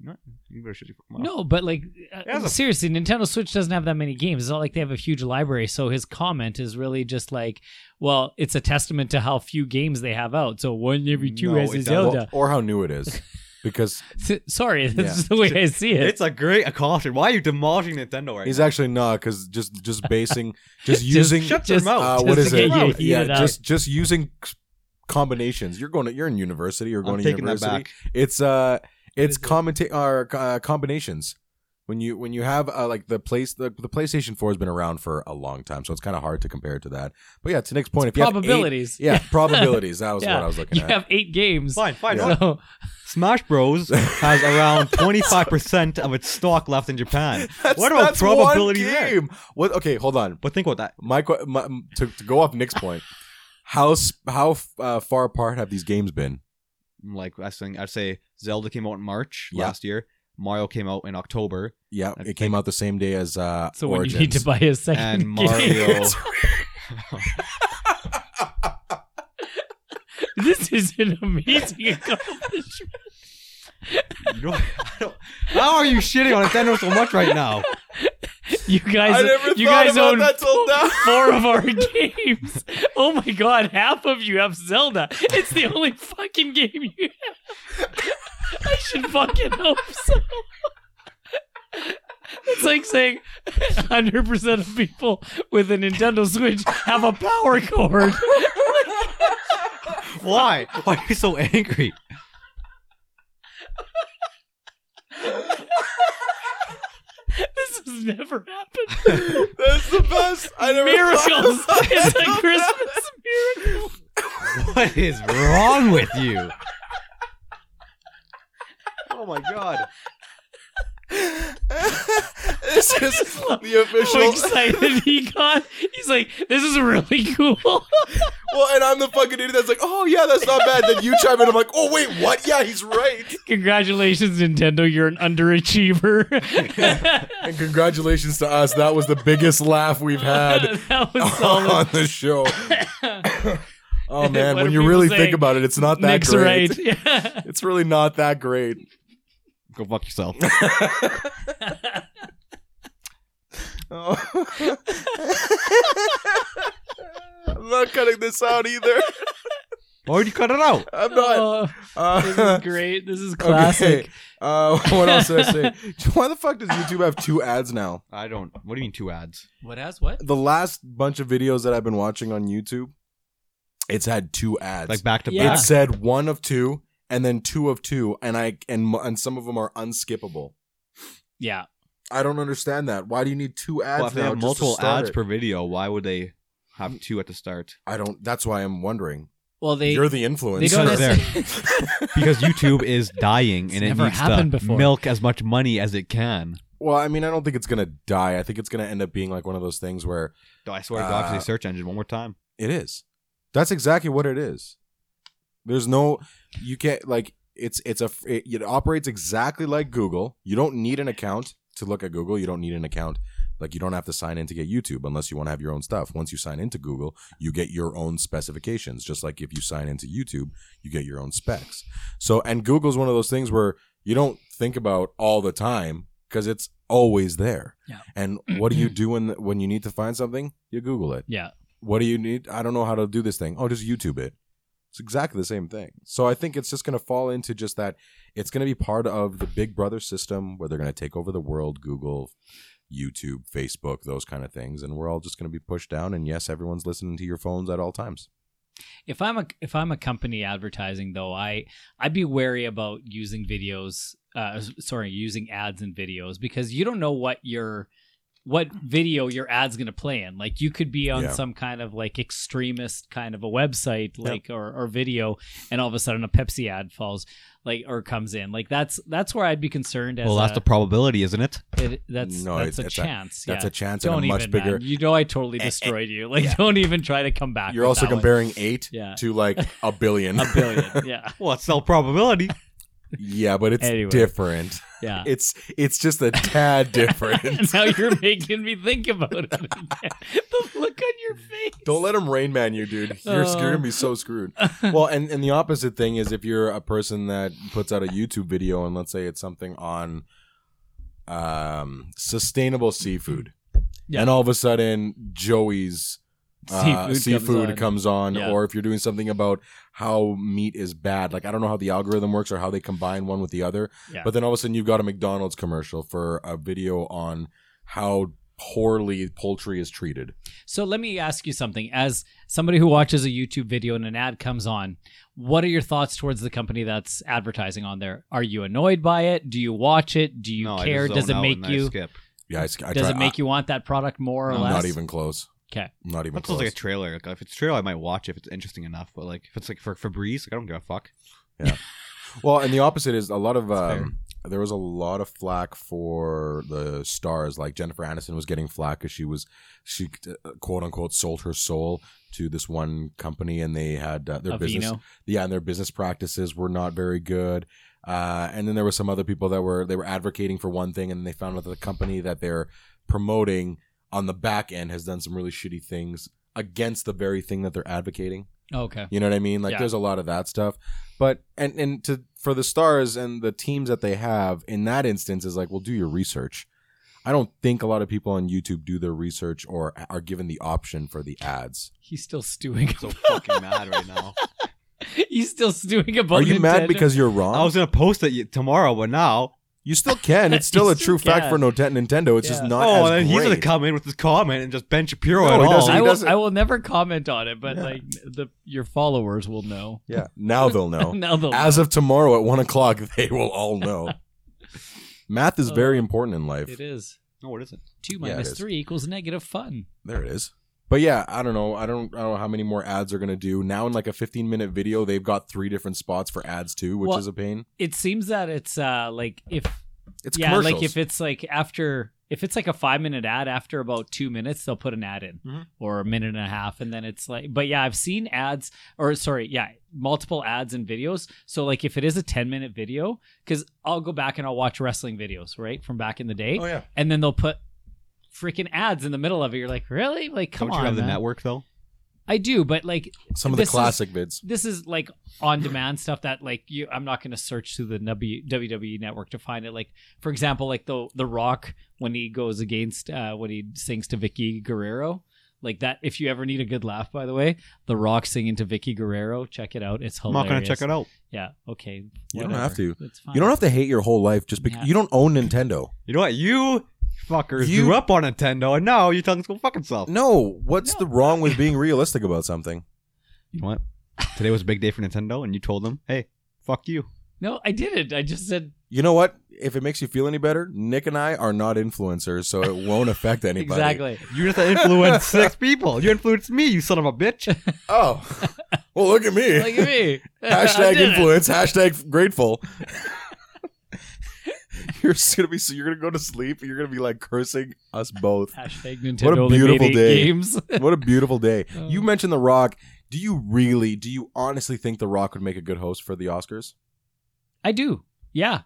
[SPEAKER 2] no, you better shut your mouth.
[SPEAKER 1] No, but like uh,
[SPEAKER 2] It has a-
[SPEAKER 1] seriously, Nintendo Switch doesn't have that many games. It's not like they have a huge library. So his comment is really just like, well, it's a testament to how few games they have out. So one every two
[SPEAKER 2] No,
[SPEAKER 1] has a
[SPEAKER 2] it doesn't.
[SPEAKER 1] Zelda.
[SPEAKER 3] or how new it is. Because
[SPEAKER 1] S- Sorry, that's
[SPEAKER 3] Yeah.
[SPEAKER 1] just the way I see it.
[SPEAKER 2] It's a great accomplishment. Why are you demolishing Nintendo right
[SPEAKER 3] he's
[SPEAKER 2] now?
[SPEAKER 3] actually not, because just just basing, just using,
[SPEAKER 2] shut your mouth.
[SPEAKER 3] uh,
[SPEAKER 1] just
[SPEAKER 3] what
[SPEAKER 1] to
[SPEAKER 3] is
[SPEAKER 1] get
[SPEAKER 3] it?
[SPEAKER 1] you
[SPEAKER 2] Yeah,
[SPEAKER 1] heated
[SPEAKER 3] yeah,
[SPEAKER 1] up.
[SPEAKER 3] just just using c- combinations. You're going to you're in university. You're going
[SPEAKER 2] I'm
[SPEAKER 3] to
[SPEAKER 2] taking that
[SPEAKER 3] university.
[SPEAKER 2] back.
[SPEAKER 3] It's uh, it's
[SPEAKER 1] is it?
[SPEAKER 3] commenta- or uh, combinations. When you when you have uh, like the place the, the PlayStation Four has been around for a long time, so it's kind of hard to compare it to that. But yeah, to Nick's point, if you
[SPEAKER 1] probabilities.
[SPEAKER 3] have eight, yeah, probabilities. That was
[SPEAKER 1] Yeah.
[SPEAKER 3] what I was looking
[SPEAKER 1] you
[SPEAKER 3] at.
[SPEAKER 1] have eight games.
[SPEAKER 2] Fine, fine.
[SPEAKER 3] Yeah.
[SPEAKER 2] fine.
[SPEAKER 1] So
[SPEAKER 2] Smash Bros has around 25% of its stock left in Japan.
[SPEAKER 3] That's-
[SPEAKER 2] what about
[SPEAKER 3] that's one
[SPEAKER 2] probability there?
[SPEAKER 3] game? What? Okay, hold on.
[SPEAKER 2] But think about that.
[SPEAKER 3] My, que- my to, to go off Nick's point, how sp- how f- uh, far apart have these games been?
[SPEAKER 2] Like I was saying, I'd say Zelda came out in March
[SPEAKER 3] Yeah.
[SPEAKER 2] last year. Mario came out in October,
[SPEAKER 3] Yeah,
[SPEAKER 2] I
[SPEAKER 3] it came out the same day as uh,
[SPEAKER 1] so when
[SPEAKER 3] Origins.
[SPEAKER 1] you need to buy a second
[SPEAKER 2] and
[SPEAKER 1] game.
[SPEAKER 2] Mario.
[SPEAKER 1] this is an amazing accomplishment.
[SPEAKER 2] You don't- I don't- how are you shitting on Nintendo so much right now?
[SPEAKER 1] You guys,
[SPEAKER 3] I never
[SPEAKER 1] you
[SPEAKER 3] thought
[SPEAKER 1] guys
[SPEAKER 3] about
[SPEAKER 1] own
[SPEAKER 3] that till now.
[SPEAKER 1] four of our games. Oh my god, half of you have Zelda. It's the only fucking game you have. I should fucking hope so. It's like saying 100% of people with a Nintendo Switch have a power cord.
[SPEAKER 2] Why? Why are you so angry?
[SPEAKER 1] This has never happened.
[SPEAKER 3] That's the best. I never
[SPEAKER 1] Miracles! It's a Christmas miracle.
[SPEAKER 2] What is wrong with you? Oh my god.
[SPEAKER 3] this is the
[SPEAKER 1] How
[SPEAKER 3] official.
[SPEAKER 1] excited he got. He's like, this is really cool.
[SPEAKER 3] Well, and I'm the fucking idiot that's like, oh yeah, that's not bad. Then you chime in, I'm like, oh wait, what? Yeah, he's right.
[SPEAKER 1] Congratulations, Nintendo. You're an underachiever.
[SPEAKER 3] And congratulations to us. That was the biggest laugh we've had
[SPEAKER 1] that was
[SPEAKER 3] on
[SPEAKER 1] solid.
[SPEAKER 3] the show. Oh
[SPEAKER 1] What
[SPEAKER 3] man, when
[SPEAKER 1] are
[SPEAKER 3] you
[SPEAKER 1] people
[SPEAKER 3] really
[SPEAKER 1] saying?
[SPEAKER 3] think about it, it's Oh, not that
[SPEAKER 1] Nick's
[SPEAKER 3] great.
[SPEAKER 1] right. Yeah.
[SPEAKER 3] It's really not that great.
[SPEAKER 2] Go fuck yourself.
[SPEAKER 3] Oh. I'm not cutting this out either.
[SPEAKER 2] Why would you cut it out?
[SPEAKER 3] I'm not.
[SPEAKER 1] Oh,
[SPEAKER 3] Uh,
[SPEAKER 1] this is great. This is classic.
[SPEAKER 3] Okay. Uh, what else did I say? Why the fuck does YouTube have two ads now?
[SPEAKER 2] I don't. What do you mean two ads?
[SPEAKER 1] What has what?
[SPEAKER 3] The last bunch of videos that I've been watching on YouTube, it's had two ads.
[SPEAKER 2] Like back to
[SPEAKER 1] Yeah.
[SPEAKER 3] It
[SPEAKER 2] back?
[SPEAKER 3] said one of two, and then two of two, and I and and some of them are unskippable.
[SPEAKER 1] Yeah.
[SPEAKER 3] I don't understand that. Why do you need two ads
[SPEAKER 2] Well, if they
[SPEAKER 3] now?
[SPEAKER 2] have
[SPEAKER 3] just to
[SPEAKER 2] multiple
[SPEAKER 3] start
[SPEAKER 2] ads
[SPEAKER 3] it?
[SPEAKER 2] per video, why would they have two at the start?
[SPEAKER 3] I don't. That's why I'm wondering.
[SPEAKER 1] Well, they
[SPEAKER 3] You're the influencer.
[SPEAKER 1] they don't
[SPEAKER 2] It's not Because YouTube is dying
[SPEAKER 1] It's
[SPEAKER 2] and it
[SPEAKER 1] never
[SPEAKER 2] needs to
[SPEAKER 1] happened before.
[SPEAKER 2] milk as much money as it can.
[SPEAKER 3] Well, I mean, I don't think it's gonna die. I think it's gonna end up being like one of those things where
[SPEAKER 2] Oh, I swear to God, if
[SPEAKER 1] Ah.
[SPEAKER 3] Uh,
[SPEAKER 2] they search engine one more time.
[SPEAKER 3] it is. That's exactly what it is. There's no, you can't like it's it's a it, it operates exactly like Google. You don't need an account to look at Google. You don't need an account. Like you don't have to sign in to get YouTube unless you want to have your own stuff. Once you sign into Google, you get your own specifications. Just like if you sign into YouTube, you get your own specs. So and Google's one of those things where you don't think about all the time because it's always there.
[SPEAKER 1] Yeah.
[SPEAKER 3] And what do you do when when you need to find something? You Google it
[SPEAKER 1] yeah.
[SPEAKER 3] what do you need? I don't know how to do this thing. Oh, just YouTube it. It's exactly the same thing. So I think it's just going to fall into just that. It's going to be part of the Big Brother system where they're going to take over the world, Google, YouTube, Facebook, those kind of things, and we're all just going to be pushed down. And yes, everyone's listening to your phones at all times.
[SPEAKER 1] If I'm a if I'm a company advertising though, I I'd be wary about using videos. Uh, s- sorry, using ads and videos because you don't know what your what video your ad's going to play in. Like you could be on
[SPEAKER 3] Yeah.
[SPEAKER 1] some kind of like extremist kind of a website, like or, or video, and all of a sudden a Pepsi ad falls, like or comes in. Like that's that's where I'd be concerned. As
[SPEAKER 2] Well, that's
[SPEAKER 1] a-
[SPEAKER 2] the probability, isn't it?
[SPEAKER 1] it, that's
[SPEAKER 3] No,
[SPEAKER 1] that's
[SPEAKER 3] it's-
[SPEAKER 1] a
[SPEAKER 3] it's a-
[SPEAKER 1] chance.
[SPEAKER 3] That's
[SPEAKER 1] yeah.
[SPEAKER 3] a chance and
[SPEAKER 1] don't
[SPEAKER 3] a much
[SPEAKER 1] even,
[SPEAKER 3] bigger.
[SPEAKER 1] man. You know, I totally destroyed you. Like, don't even try to come back.
[SPEAKER 3] You're
[SPEAKER 1] with
[SPEAKER 3] also
[SPEAKER 1] that one.
[SPEAKER 3] comparing eight
[SPEAKER 1] Yeah.
[SPEAKER 3] to like a billion.
[SPEAKER 1] a billion. Yeah,
[SPEAKER 2] Well, it's still probability.
[SPEAKER 3] yeah, but it's
[SPEAKER 1] Anyway.
[SPEAKER 3] different.
[SPEAKER 1] yeah.
[SPEAKER 3] It's it's just a tad different.
[SPEAKER 1] And now you're making me think about it again. the look on your face.
[SPEAKER 3] Don't let him rain man you, dude. You're,
[SPEAKER 1] Uh.
[SPEAKER 3] sc- you're gonna be so screwed. Well, and, and the opposite thing is if you're a person that puts out a YouTube video and let's say it's something on um, sustainable seafood,
[SPEAKER 1] Yeah.
[SPEAKER 3] and all of a sudden Joey's uh,
[SPEAKER 1] Seafood
[SPEAKER 3] seafood,
[SPEAKER 1] comes on.
[SPEAKER 3] comes on,
[SPEAKER 1] Yeah.
[SPEAKER 3] or if you're doing something about how meat is bad, like I don't know how the algorithm works or how they combine one with the other,
[SPEAKER 1] Yeah.
[SPEAKER 3] but then all of a sudden you've got a McDonald's commercial for a video on how poorly poultry is treated.
[SPEAKER 1] So let me ask you something. As somebody who watches a YouTube video and an ad comes on, what are your thoughts towards the company that's advertising on there? Are you annoyed by it? Do you watch it? Do you
[SPEAKER 2] No, I
[SPEAKER 1] care?
[SPEAKER 2] just
[SPEAKER 1] Does it
[SPEAKER 2] zone out
[SPEAKER 1] make
[SPEAKER 2] and I
[SPEAKER 1] you?
[SPEAKER 2] skip?
[SPEAKER 3] Yeah, I, s- I
[SPEAKER 1] Does
[SPEAKER 3] try,
[SPEAKER 1] it make you want that product more or
[SPEAKER 2] No,
[SPEAKER 1] less?
[SPEAKER 3] Not even close.
[SPEAKER 1] 'Kay.
[SPEAKER 3] Not even
[SPEAKER 2] That's
[SPEAKER 3] close.
[SPEAKER 2] just like a trailer. Like, if it's a trailer, I might watch if it's interesting enough. But like if it's like for Febreze, like I don't give a fuck.
[SPEAKER 3] well, and the opposite is a lot of
[SPEAKER 2] That's
[SPEAKER 3] um, there was a lot of flack for the stars. Like Jennifer Aniston was getting flack because she was she uh, quote unquote sold her soul to this one company, and they had uh, their business.
[SPEAKER 1] Aveeno?
[SPEAKER 3] Yeah, and their business practices were not very good. Uh, and then there were some other people that were they were advocating for one thing, and then they found out that the company that they're promoting on the back end has done some really shitty things against the very thing that they're advocating.
[SPEAKER 1] Okay.
[SPEAKER 3] You know what I mean? Like
[SPEAKER 1] Yeah.
[SPEAKER 3] there's a lot of that stuff. But and and to for the stars and the teams that they have in that instance is like, well, do your research. I don't think a lot of people on YouTube do their research or are given the option for the ads.
[SPEAKER 1] He's still stewing.
[SPEAKER 2] I'm so fucking mad right now.
[SPEAKER 1] He's still stewing about.
[SPEAKER 3] are you mad
[SPEAKER 1] Nintendo.
[SPEAKER 3] because you're wrong?
[SPEAKER 2] I was gonna post it y- tomorrow, but now
[SPEAKER 3] you still can. It's still
[SPEAKER 1] You
[SPEAKER 3] a
[SPEAKER 1] still
[SPEAKER 3] true fact for
[SPEAKER 1] can.
[SPEAKER 3] no- Nintendo. It's just
[SPEAKER 1] Yeah.
[SPEAKER 3] not.
[SPEAKER 2] oh,
[SPEAKER 3] as
[SPEAKER 2] and then he's
[SPEAKER 3] great.
[SPEAKER 2] gonna come in with his comment and just bench Shapiro
[SPEAKER 3] No,
[SPEAKER 2] at
[SPEAKER 3] he
[SPEAKER 2] all.
[SPEAKER 3] doesn't.
[SPEAKER 1] I will,
[SPEAKER 3] doesn't-
[SPEAKER 1] I will never comment on it, but
[SPEAKER 3] Yeah.
[SPEAKER 1] like the your followers will know.
[SPEAKER 3] Yeah. Now they'll know.
[SPEAKER 1] now they'll
[SPEAKER 3] Oh. as of tomorrow at one o'clock, they will all know. Math is very important in life.
[SPEAKER 1] Uh, it is
[SPEAKER 2] No, what is it?
[SPEAKER 1] two
[SPEAKER 3] Yeah, it
[SPEAKER 1] minus
[SPEAKER 3] is.
[SPEAKER 1] three equals negative fun.
[SPEAKER 3] There it is. But yeah, I don't know. I don't, I don't know how many more ads are gonna do now. In like a 15 minute video, they've got three different spots for ads too, which
[SPEAKER 1] Well-
[SPEAKER 3] is a pain.
[SPEAKER 1] It seems that it's uh like if
[SPEAKER 3] It's
[SPEAKER 1] yeah
[SPEAKER 3] commercials.
[SPEAKER 1] like if it's like after if it's like a five minute ad after about two minutes they'll put an ad in
[SPEAKER 3] Mm-hmm.
[SPEAKER 2] Mhm.
[SPEAKER 1] or a minute and a half and then it's like but yeah I've seen ads or sorry yeah multiple ads and videos so like if it is a ten minute video because I'll go back and I'll watch wrestling videos right from back in the day
[SPEAKER 3] Oh, yeah,
[SPEAKER 1] and then they'll put freaking ads in the middle of it you're like really like come
[SPEAKER 2] Don't
[SPEAKER 1] on
[SPEAKER 2] you have the
[SPEAKER 1] man.
[SPEAKER 2] network though?
[SPEAKER 1] I do but like
[SPEAKER 3] some of the
[SPEAKER 1] This is-
[SPEAKER 3] classic vids.
[SPEAKER 1] this is like on demand stuff that like you I'm not going to search through the W- WWE network to find it like for example like the the rock when he goes against uh when he sings to Vicky Guerrero like that if you ever need a good laugh by the way the rock singing to Vicky Guerrero check it out it's
[SPEAKER 2] I'm
[SPEAKER 1] hilarious
[SPEAKER 2] not gonna check it out.
[SPEAKER 1] yeah okay
[SPEAKER 3] You don't have
[SPEAKER 1] whatever.
[SPEAKER 3] to.
[SPEAKER 1] That's fine.
[SPEAKER 3] You don't have to hate your whole life just because
[SPEAKER 1] Yeah.
[SPEAKER 3] you don't own Nintendo.
[SPEAKER 2] You know what? You fuckers
[SPEAKER 3] You-
[SPEAKER 2] grew up on Nintendo, and now you're telling us to go fuck yourself.
[SPEAKER 3] No, what's
[SPEAKER 1] No.
[SPEAKER 3] the wrong with being realistic about something?
[SPEAKER 2] You know what? Today was a big day for Nintendo, and you told them, "Hey, fuck you."
[SPEAKER 1] no I didn't I just said
[SPEAKER 3] You know what? If it makes you feel any better, Nick and I are not influencers, so it won't affect anybody.
[SPEAKER 1] exactly
[SPEAKER 2] You just influenced six people. You influenced me, you son of a bitch.
[SPEAKER 3] Oh, well, look at me.
[SPEAKER 1] look at me I
[SPEAKER 3] hashtag
[SPEAKER 1] did it.
[SPEAKER 3] influence hashtag grateful you're just gonna be so you're gonna go to sleep and you're gonna be like cursing us both
[SPEAKER 1] hashtag Nintendo only made
[SPEAKER 3] beautiful
[SPEAKER 1] eight
[SPEAKER 3] day.
[SPEAKER 1] games
[SPEAKER 3] what a beautiful day
[SPEAKER 1] Oh.
[SPEAKER 3] you mentioned the rock do you really do you honestly think the rock would make a good host for the oscars
[SPEAKER 1] I do yeah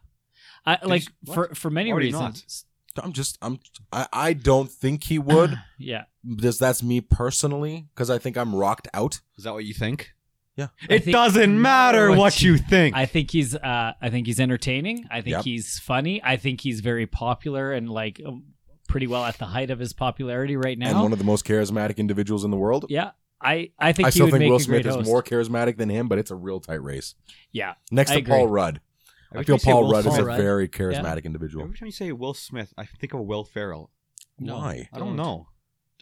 [SPEAKER 1] I like
[SPEAKER 2] you- what?
[SPEAKER 1] for for many
[SPEAKER 2] Why would he
[SPEAKER 1] reasons
[SPEAKER 3] i'm just i'm i, I don't think he would
[SPEAKER 1] yeah
[SPEAKER 3] because that's me personally because i think i'm rocked out
[SPEAKER 2] Is that what you think?
[SPEAKER 1] I
[SPEAKER 2] It
[SPEAKER 1] think-
[SPEAKER 2] doesn't matter what, you think.
[SPEAKER 1] I think he's uh, I think he's entertaining. I think
[SPEAKER 3] Yep.
[SPEAKER 1] he's funny. I think he's very popular and like um, pretty well at the height of his popularity right
[SPEAKER 3] and
[SPEAKER 1] now.
[SPEAKER 3] one of the most charismatic individuals in the world
[SPEAKER 1] yeah, I I think
[SPEAKER 3] i
[SPEAKER 1] he
[SPEAKER 3] still
[SPEAKER 1] would
[SPEAKER 3] think
[SPEAKER 1] make
[SPEAKER 3] will
[SPEAKER 1] a great
[SPEAKER 3] smith is
[SPEAKER 1] host.
[SPEAKER 3] more charismatic than him but it's a real tight race
[SPEAKER 1] Yeah,
[SPEAKER 3] next
[SPEAKER 1] I
[SPEAKER 3] to
[SPEAKER 1] agree.
[SPEAKER 3] paul rudd I
[SPEAKER 2] Every
[SPEAKER 3] feel
[SPEAKER 2] time you say
[SPEAKER 3] Paul
[SPEAKER 2] Will
[SPEAKER 3] Rudd is
[SPEAKER 2] Smith-
[SPEAKER 3] a
[SPEAKER 1] Paul Rudd.
[SPEAKER 3] very charismatic individual.
[SPEAKER 2] Every time you say Will Smith, I think of Will Ferrell.
[SPEAKER 1] No.
[SPEAKER 3] Why?
[SPEAKER 2] I
[SPEAKER 1] Don't.
[SPEAKER 2] don't know.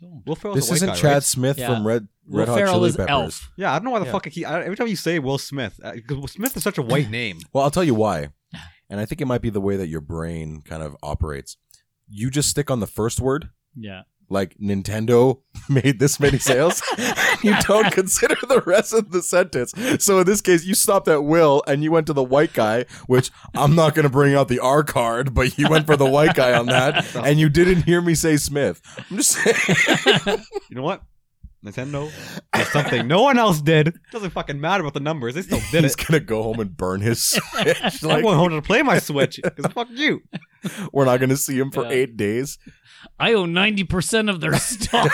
[SPEAKER 1] Don't.
[SPEAKER 2] Will Ferrell's
[SPEAKER 3] This
[SPEAKER 2] a white
[SPEAKER 3] isn't
[SPEAKER 2] guy,
[SPEAKER 3] Chad
[SPEAKER 2] right?
[SPEAKER 3] Smith
[SPEAKER 1] Yeah.
[SPEAKER 3] from Red
[SPEAKER 1] Will
[SPEAKER 3] Red Hot
[SPEAKER 1] Ferrell
[SPEAKER 3] Chili
[SPEAKER 1] is
[SPEAKER 3] Peppers.
[SPEAKER 1] Elf.
[SPEAKER 2] Yeah, I don't know why the
[SPEAKER 3] Yeah.
[SPEAKER 2] fuck I keep. I, every time you say Will Smith, because Smith is such a white name.
[SPEAKER 3] Well, I'll tell you why, and I think it might be the way that your brain kind of operates. You just stick on the first word,
[SPEAKER 1] Yeah.
[SPEAKER 3] Like Nintendo made this many sales, you don't consider the rest of the sentence. So in this case, you stopped at Will and you went to the white guy, which I'm not going to bring out the R card, but you went for the white guy on that, and you didn't hear me say Smith. I'm just saying.
[SPEAKER 2] You know what? Nintendo did something no one else did. Doesn't fucking matter about the numbers. They still did
[SPEAKER 3] He's
[SPEAKER 2] it.
[SPEAKER 3] gonna go home and burn his Switch.
[SPEAKER 2] I'm
[SPEAKER 3] Like,
[SPEAKER 2] going home to play my Switch because fuck you.
[SPEAKER 3] we're not gonna see him for
[SPEAKER 1] Yeah.
[SPEAKER 3] eight days.
[SPEAKER 1] I own 90% of their stock.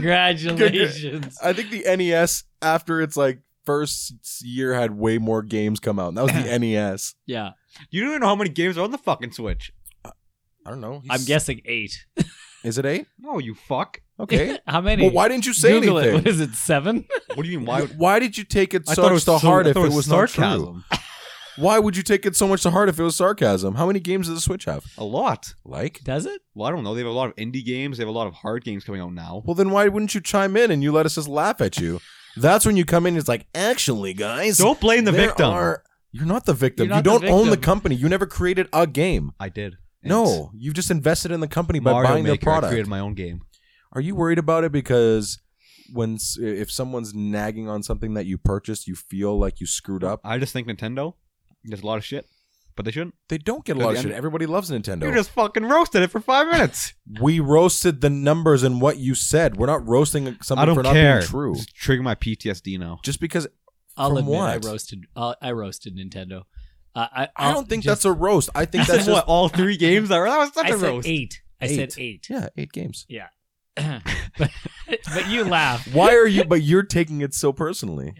[SPEAKER 1] Congratulations.
[SPEAKER 3] I think the NES after its like first year had way more games come out. And that was the E NES.
[SPEAKER 1] Yeah.
[SPEAKER 2] You don't even know how many games are on the fucking Switch.
[SPEAKER 3] I don't know.
[SPEAKER 1] I'm guessing eight.
[SPEAKER 3] Is it eight?
[SPEAKER 2] No, you fuck.
[SPEAKER 3] Okay.
[SPEAKER 1] How many?
[SPEAKER 3] well, why didn't you say
[SPEAKER 1] Google it. What
[SPEAKER 3] anything?
[SPEAKER 1] is it, seven?
[SPEAKER 2] What do you mean?
[SPEAKER 3] Why,
[SPEAKER 2] Why?
[SPEAKER 3] why did you take it so much to
[SPEAKER 2] so-
[SPEAKER 3] heart
[SPEAKER 2] I
[SPEAKER 3] if
[SPEAKER 2] thought
[SPEAKER 3] it was not true?
[SPEAKER 2] sarcasm.
[SPEAKER 3] Why would you take it so much to heart if it was sarcasm? How many games does the Switch have?
[SPEAKER 2] A lot.
[SPEAKER 3] Like?
[SPEAKER 1] Does it?
[SPEAKER 2] Well, I don't know. They have a lot of indie games. They have a lot of hard games coming out now.
[SPEAKER 3] Well, then why wouldn't you chime in and you let us just laugh at you? That's when you come in. It's like, actually, guys,
[SPEAKER 2] Don't blame the
[SPEAKER 3] there
[SPEAKER 2] victim.
[SPEAKER 3] are- you're not the victim.
[SPEAKER 1] You're
[SPEAKER 3] you
[SPEAKER 1] not the
[SPEAKER 3] don't own the
[SPEAKER 1] victim.
[SPEAKER 3] company. You never created a game.
[SPEAKER 2] I did.
[SPEAKER 3] No, you've just invested in the company
[SPEAKER 2] It's Mario
[SPEAKER 3] by buying
[SPEAKER 2] Maker,
[SPEAKER 3] their product.
[SPEAKER 2] I created my own game.
[SPEAKER 3] Are you worried about it because when s- if someone's nagging on something that you purchased, you feel like you screwed up?
[SPEAKER 2] I just think Nintendo does a lot of shit, but they shouldn't.
[SPEAKER 3] They don't get a lot of
[SPEAKER 2] Yeah.
[SPEAKER 3] shit. Everybody loves
[SPEAKER 2] You
[SPEAKER 3] Nintendo.
[SPEAKER 2] just fucking roasted it for five minutes.
[SPEAKER 3] we roasted the numbers and what you said. We're not roasting something
[SPEAKER 2] I don't
[SPEAKER 3] for
[SPEAKER 2] care.
[SPEAKER 3] not being true.
[SPEAKER 2] It's triggering my PTSD now.
[SPEAKER 3] Just because
[SPEAKER 1] I'll
[SPEAKER 3] From
[SPEAKER 1] admit I
[SPEAKER 3] what?
[SPEAKER 1] roasted. I'll, I roasted Nintendo. Uh, I
[SPEAKER 3] I
[SPEAKER 1] I'll
[SPEAKER 3] don't think
[SPEAKER 1] just-
[SPEAKER 3] that's a roast. I think that's
[SPEAKER 2] what
[SPEAKER 3] just
[SPEAKER 2] all three games that were. That was such
[SPEAKER 1] I
[SPEAKER 2] a
[SPEAKER 1] said
[SPEAKER 2] roast.
[SPEAKER 1] eight. I said eight.
[SPEAKER 3] yeah, eight games.
[SPEAKER 1] but, but you laughed.
[SPEAKER 3] Why are you? But you're taking it so personally.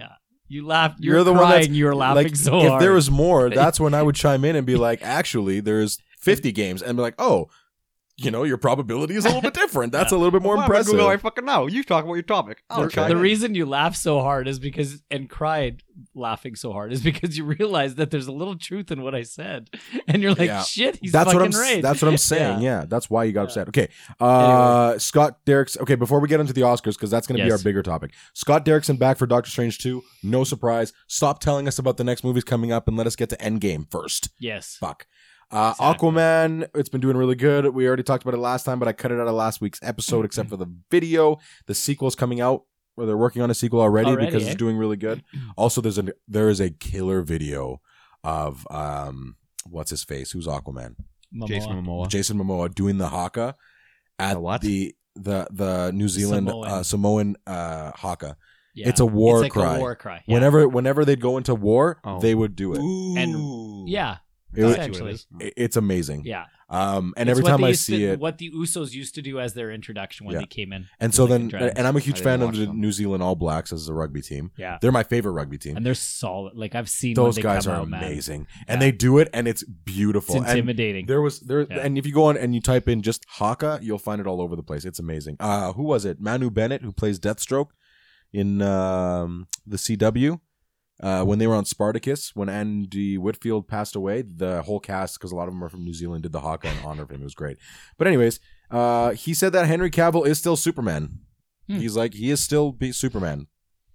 [SPEAKER 1] You laughed. You're,
[SPEAKER 3] You're the one
[SPEAKER 1] crying.
[SPEAKER 3] that's-
[SPEAKER 1] you were laughing
[SPEAKER 3] like
[SPEAKER 1] so
[SPEAKER 3] if
[SPEAKER 1] hard.
[SPEAKER 3] there was more, that's when I would chime in and be like, actually, there's 50 games, and be like, oh, you know, your probability is a little bit different. That's a little bit more
[SPEAKER 2] Why am I
[SPEAKER 3] impressive.
[SPEAKER 2] Google, I fucking know. You talk about your topic. I'll
[SPEAKER 1] the,
[SPEAKER 2] try
[SPEAKER 1] the
[SPEAKER 2] it.
[SPEAKER 1] reason you laughed so hard is because and cried laughing so hard is because you realized that there's a little truth in what I said, and you're like,
[SPEAKER 3] Yeah.
[SPEAKER 1] "Shit, he's
[SPEAKER 3] that's what I'm.
[SPEAKER 1] fucking
[SPEAKER 3] s-
[SPEAKER 1] right."
[SPEAKER 3] That's what I'm saying. Yeah, that's why you got
[SPEAKER 1] Yeah.
[SPEAKER 3] upset. Okay, uh, Scott Derricks. Okay, before we get into the Oscars, because that's going to be
[SPEAKER 1] Yes.
[SPEAKER 3] our bigger topic. Scott Derrickson back for Doctor Strange two. No surprise. Stop telling us about the next movies coming up and let us get to Endgame first.
[SPEAKER 1] yes.
[SPEAKER 3] Fuck. Uh,
[SPEAKER 1] Exactly.
[SPEAKER 3] Aquaman, it's been doing really good. We already talked about it last time, but I cut it out of last week's episode except for the video. The sequel's coming out, or they're working on a sequel already,
[SPEAKER 1] Already,
[SPEAKER 3] because
[SPEAKER 1] eh?
[SPEAKER 3] it's doing really good. Also, there's a there is a killer video of um what's his face? Who's Aquaman?
[SPEAKER 1] Momoa.
[SPEAKER 2] Jason Momoa.
[SPEAKER 3] Jason Momoa doing the haka at
[SPEAKER 2] The what?
[SPEAKER 3] the the the New Zealand
[SPEAKER 1] Samoan.
[SPEAKER 3] Uh, Samoan uh, haka.
[SPEAKER 1] Yeah.
[SPEAKER 3] It's a war
[SPEAKER 1] It's like
[SPEAKER 3] cry.
[SPEAKER 1] A war cry. Yeah.
[SPEAKER 3] Whenever whenever they'd go into war,
[SPEAKER 2] Oh.
[SPEAKER 3] they would do it.
[SPEAKER 2] Ooh.
[SPEAKER 1] Yeah.
[SPEAKER 3] It was-
[SPEAKER 1] Essentially.
[SPEAKER 3] I- It's amazing.
[SPEAKER 1] Yeah.
[SPEAKER 3] Um, and
[SPEAKER 1] It's
[SPEAKER 3] every
[SPEAKER 1] what
[SPEAKER 3] time
[SPEAKER 1] they
[SPEAKER 3] I
[SPEAKER 1] used
[SPEAKER 3] see
[SPEAKER 1] to,
[SPEAKER 3] it,
[SPEAKER 1] what the Usos used to do as their introduction when
[SPEAKER 3] Yeah.
[SPEAKER 1] they came in,
[SPEAKER 3] And so
[SPEAKER 1] Like
[SPEAKER 3] then,
[SPEAKER 1] the Dragons.
[SPEAKER 3] and I'm a
[SPEAKER 2] I
[SPEAKER 3] huge
[SPEAKER 2] didn't
[SPEAKER 3] fan of
[SPEAKER 2] watch
[SPEAKER 3] the
[SPEAKER 2] them.
[SPEAKER 3] New Zealand All Blacks as a rugby team.
[SPEAKER 1] yeah,
[SPEAKER 3] They're my favorite rugby team.
[SPEAKER 1] and they're solid. Like I've seen when
[SPEAKER 3] Those
[SPEAKER 1] they
[SPEAKER 3] guys
[SPEAKER 1] come
[SPEAKER 3] are
[SPEAKER 1] out, man.
[SPEAKER 3] amazing,
[SPEAKER 1] Yeah.
[SPEAKER 3] and they do it, and it's
[SPEAKER 1] It's
[SPEAKER 3] beautiful. and
[SPEAKER 1] intimidating.
[SPEAKER 3] there was there,
[SPEAKER 1] Yeah.
[SPEAKER 3] and if you go on and you type in just Haka, you'll find it all over the place. It's amazing. Uh, who was it? Manu Bennett, who plays Deathstroke in um, the CW. Uh, when they were on Spartacus, when Andy Whitfield passed away, the whole cast, because a lot of them are from New Zealand, did the Haka in honor of him. It was great. But anyways, uh, he said that Henry Cavill is still Superman.
[SPEAKER 1] Hmm.
[SPEAKER 3] He's like he is still be Superman.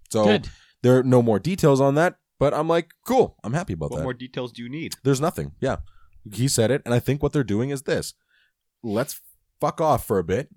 [SPEAKER 3] So
[SPEAKER 1] Good.
[SPEAKER 3] there are no more details on that, but I'm like, cool. I'm happy about
[SPEAKER 2] What
[SPEAKER 3] that.
[SPEAKER 2] more details do you need?
[SPEAKER 3] There's nothing. Yeah, he said it, and I think what they're doing is this: let's fuck off for a bit.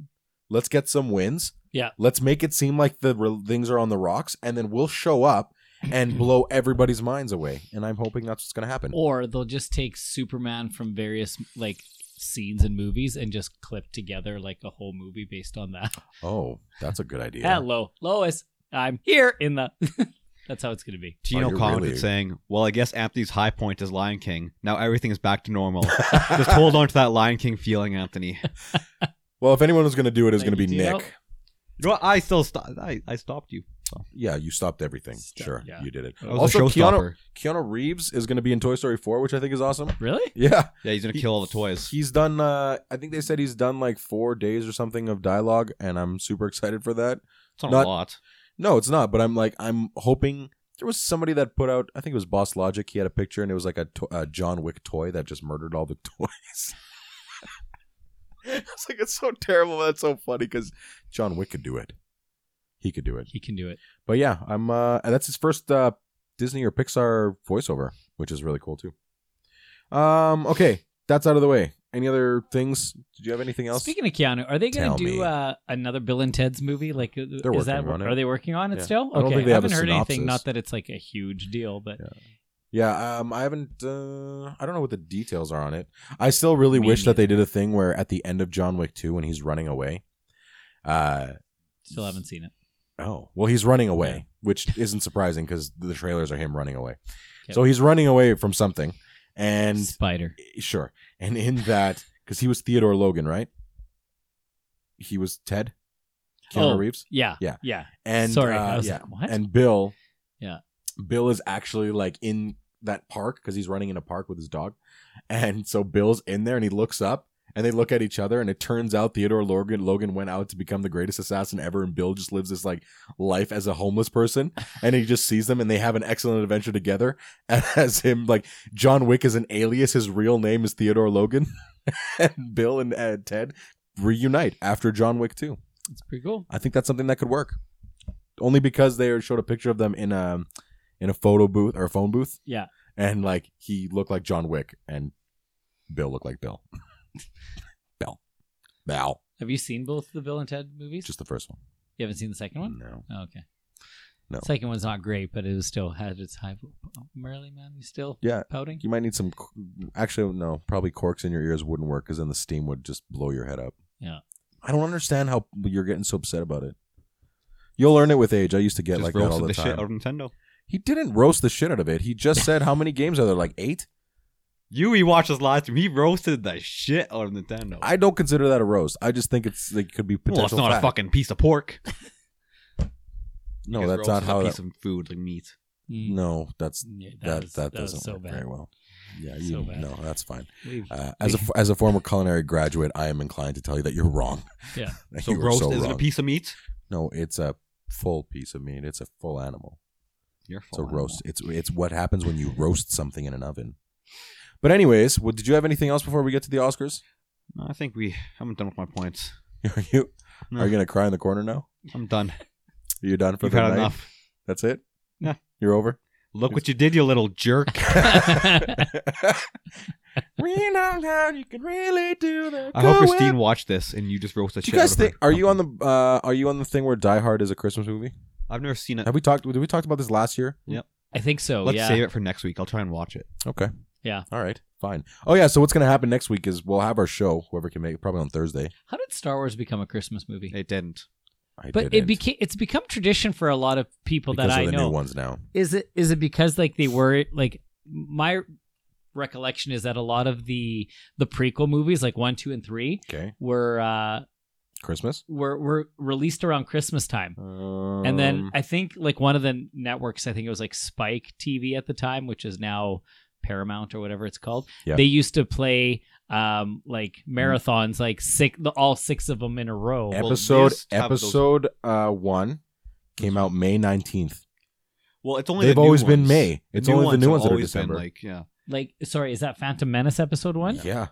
[SPEAKER 3] Let's get some wins.
[SPEAKER 1] Yeah.
[SPEAKER 3] Let's make it seem like the re- things are on the rocks, and then we'll show up and blow everybody's minds away. And I'm hoping that's what's going to happen.
[SPEAKER 1] or they'll just take Superman from various like scenes and movies and just clip together like a whole movie based on that.
[SPEAKER 3] Oh, that's a good idea.
[SPEAKER 1] Hello, Lois. I'm here in the. That's how it's gonna be.
[SPEAKER 2] Gino
[SPEAKER 3] Oh, you're
[SPEAKER 2] commented
[SPEAKER 3] really-
[SPEAKER 2] saying, "Well, I guess Anthony's high point is Lion King. Now everything is back to normal. Just hold on to that Lion King feeling, Anthony. You
[SPEAKER 3] Well, if anyone was going to do it, it's
[SPEAKER 1] Thank
[SPEAKER 3] going to be
[SPEAKER 1] you, Gino.
[SPEAKER 3] Nick.
[SPEAKER 2] know what? I still stopped. I, I stopped you.
[SPEAKER 3] Yeah, you stopped everything.
[SPEAKER 1] Stop-
[SPEAKER 3] sure,
[SPEAKER 1] yeah.
[SPEAKER 3] you did it.
[SPEAKER 2] I was
[SPEAKER 3] Also,
[SPEAKER 2] a
[SPEAKER 3] Keanu,
[SPEAKER 2] showstopper.
[SPEAKER 3] Keanu Reeves is going to be in Toy Story 4, which I think is awesome.
[SPEAKER 1] Really?
[SPEAKER 3] Yeah,
[SPEAKER 2] Yeah, he's gonna
[SPEAKER 3] He-
[SPEAKER 2] kill all the toys.
[SPEAKER 3] He's done. Uh, I think they said he's done like four days or something of dialogue, and I'm super excited for that.
[SPEAKER 2] It's not,
[SPEAKER 3] not-
[SPEAKER 2] a lot.
[SPEAKER 3] No, it's not, but I'm like, I'm hoping there was somebody that put out. I think it was Boss Logic. He had a picture, and it was like a, to- a John Wick toy that just murdered all the toys. it's like it's so terrible. That's so funny because John Wick could do it. He could do it.
[SPEAKER 1] He can do it.
[SPEAKER 3] But yeah, I'm. Uh, and that's his first uh, Disney or Pixar voiceover, which is really cool too. Um. Okay. that's out of the way. Any other things? Did you have anything else?
[SPEAKER 1] Speaking of Keanu, are they going
[SPEAKER 3] Tell
[SPEAKER 1] to
[SPEAKER 3] me.
[SPEAKER 1] do uh, another Bill and Ted's movie? Like, They're is
[SPEAKER 3] working
[SPEAKER 1] that
[SPEAKER 3] on it.
[SPEAKER 1] are they working on it
[SPEAKER 3] Yeah.
[SPEAKER 1] still?
[SPEAKER 3] I don't
[SPEAKER 1] okay,
[SPEAKER 3] think they have a
[SPEAKER 1] haven't heard anything. Not
[SPEAKER 3] synopsis.
[SPEAKER 1] that it's like a huge deal, but
[SPEAKER 3] yeah, um, I haven't. Uh, I don't know what the details are on it. I still really
[SPEAKER 1] Me
[SPEAKER 3] wish that they did a thing where at the end of John Wick Two, when he's running away, uh,
[SPEAKER 1] still haven't seen it.
[SPEAKER 3] Oh, well, he's running away, which isn't surprising because the trailers are him running away.
[SPEAKER 1] Okay.
[SPEAKER 3] So he's running away from something. And
[SPEAKER 1] Spider.
[SPEAKER 3] sure. And in that, because he was Theodore Logan, right? He was Ted, Keanu
[SPEAKER 1] Oh.
[SPEAKER 3] Reeves.
[SPEAKER 1] Yeah,
[SPEAKER 3] Yeah.
[SPEAKER 1] yeah.
[SPEAKER 3] And,
[SPEAKER 1] Sorry,
[SPEAKER 3] uh,
[SPEAKER 1] I was
[SPEAKER 3] yeah.
[SPEAKER 1] like, what?
[SPEAKER 3] And Bill.
[SPEAKER 1] Yeah.
[SPEAKER 3] Bill is actually like in that park because he's running in a park with his dog. And so Bill's in there and he looks up and they look at each other and it turns out Theodore Logan Logan went out to become the greatest assassin ever and Bill just lives this like life as a homeless person and he just sees them and they have an excellent adventure together as him like John Wick is an alias his real name is Theodore Logan and Bill and uh, Ted reunite after John Wick 2.
[SPEAKER 1] it's pretty cool.
[SPEAKER 3] I think that's something that could work. Only because they showed a picture of them in a in a photo booth or a phone booth.
[SPEAKER 1] Yeah.
[SPEAKER 3] And like he looked like John Wick and Bill looked like Bill. Bill. Val.
[SPEAKER 1] Have you seen both the Bill and Ted movies?
[SPEAKER 3] Just the first one.
[SPEAKER 1] you haven't seen the second one?
[SPEAKER 3] No.
[SPEAKER 1] Oh, okay.
[SPEAKER 3] No.
[SPEAKER 1] Second one's not great, but it was still had its high. Oh, Merrily, man, you still
[SPEAKER 3] Yeah.
[SPEAKER 1] pouting?
[SPEAKER 3] You might need some c- actually no, probably corks in your ears wouldn't work cuz then the steam would just blow your head up.
[SPEAKER 1] Yeah.
[SPEAKER 3] I don't understand how you're getting so upset about it. You'll learn it with age. I used to get
[SPEAKER 2] Just
[SPEAKER 3] like that
[SPEAKER 2] roasted
[SPEAKER 3] all the,
[SPEAKER 2] the,
[SPEAKER 3] time.
[SPEAKER 2] shit out of Nintendo.
[SPEAKER 3] He didn't roast the shit out of it. He just said how many games are there like 8?
[SPEAKER 2] You rewatched his live stream. He roasted the shit out of Nintendo.
[SPEAKER 3] I don't consider that a roast. I just think it's like could be potential.
[SPEAKER 2] well, it's not
[SPEAKER 3] fact.
[SPEAKER 2] a fucking piece of pork.
[SPEAKER 3] No,
[SPEAKER 2] Because
[SPEAKER 3] that's not
[SPEAKER 2] roast is
[SPEAKER 3] how.
[SPEAKER 2] a
[SPEAKER 3] That,
[SPEAKER 2] piece of food like meat.
[SPEAKER 1] Mm.
[SPEAKER 3] no, that's
[SPEAKER 1] Yeah, that,
[SPEAKER 3] that.
[SPEAKER 1] was,
[SPEAKER 3] that,
[SPEAKER 1] was
[SPEAKER 3] doesn't
[SPEAKER 1] so
[SPEAKER 3] work
[SPEAKER 1] bad.
[SPEAKER 3] very well. Yeah, you,
[SPEAKER 1] So bad.
[SPEAKER 3] no, that's fine.
[SPEAKER 1] We-
[SPEAKER 3] Uh, as a as a former culinary graduate, I am inclined to tell you that you're wrong.
[SPEAKER 1] Yeah.
[SPEAKER 3] That
[SPEAKER 2] So
[SPEAKER 3] you are
[SPEAKER 2] roast
[SPEAKER 3] so
[SPEAKER 2] isn't
[SPEAKER 3] wrong.
[SPEAKER 2] a piece of meat.
[SPEAKER 3] No, it's a full piece of meat. It's a full animal.
[SPEAKER 2] You're
[SPEAKER 3] It's a roast. It's it's what happens when you roast something in an oven. But anyways, what, did you have anything else before we get to the Oscars?
[SPEAKER 2] No, I think we. I'm done with my points.
[SPEAKER 3] Are you
[SPEAKER 2] No.
[SPEAKER 3] are you gonna cry in the corner now?
[SPEAKER 2] I'm done.
[SPEAKER 3] You're done for
[SPEAKER 2] We've
[SPEAKER 3] the
[SPEAKER 2] had
[SPEAKER 3] night?
[SPEAKER 2] enough.
[SPEAKER 3] That's it.
[SPEAKER 2] Yeah.
[SPEAKER 3] you're over.
[SPEAKER 2] Look what you did, you little jerk.
[SPEAKER 3] we know how you can really do that.
[SPEAKER 2] I hope
[SPEAKER 3] Go
[SPEAKER 2] Christine
[SPEAKER 3] out.
[SPEAKER 2] watched this and you just roasted
[SPEAKER 3] Do
[SPEAKER 2] shit.
[SPEAKER 3] you
[SPEAKER 2] out
[SPEAKER 3] guys
[SPEAKER 2] of her.
[SPEAKER 3] think? Are you on the? Uh, are you on the thing where Die Hard is a Christmas movie?
[SPEAKER 2] I've never seen it.
[SPEAKER 3] Have we talked? Did we talked about this last year?
[SPEAKER 1] I think so.
[SPEAKER 2] Let's
[SPEAKER 1] yeah.
[SPEAKER 2] save it for next week. I'll try and watch it.
[SPEAKER 3] Okay.
[SPEAKER 1] Yeah.
[SPEAKER 3] All right. Fine. Oh yeah. So what's gonna happen next week is we'll have our show. Whoever can make it, probably on Thursday.
[SPEAKER 1] How did Star Wars become a Christmas movie?
[SPEAKER 2] It didn't.
[SPEAKER 3] I
[SPEAKER 1] but it
[SPEAKER 3] didn't,
[SPEAKER 1] became it's become tradition for a lot of people
[SPEAKER 3] because
[SPEAKER 1] that I
[SPEAKER 3] of the
[SPEAKER 1] know.
[SPEAKER 3] new ones now.
[SPEAKER 1] Is it is it because like they were like my recollection is that a lot of the the prequel movies like 1, 2 and 3
[SPEAKER 3] Okay.
[SPEAKER 1] were uh
[SPEAKER 3] Christmas.
[SPEAKER 1] were were released around Christmas time.
[SPEAKER 3] Um,
[SPEAKER 1] And then I think like one of the networks, I think it was like Spike TV at the time, which is now Paramount or whatever it's called.
[SPEAKER 3] Yeah. Mm-hmm.
[SPEAKER 1] They used to play um like marathons, like six, the, all six of them in a row.
[SPEAKER 2] well,
[SPEAKER 3] episode
[SPEAKER 2] this have those-
[SPEAKER 3] episode uh one came out May nineteenth.
[SPEAKER 2] Well, it's only
[SPEAKER 3] They've
[SPEAKER 2] the new
[SPEAKER 3] always been
[SPEAKER 2] ones.
[SPEAKER 3] May. It's
[SPEAKER 2] new
[SPEAKER 3] only the
[SPEAKER 2] have
[SPEAKER 3] new ones that are
[SPEAKER 2] always been,
[SPEAKER 3] December.
[SPEAKER 2] like, yeah.
[SPEAKER 1] Like, sorry, is that Phantom Menace episode one?
[SPEAKER 3] Yeah.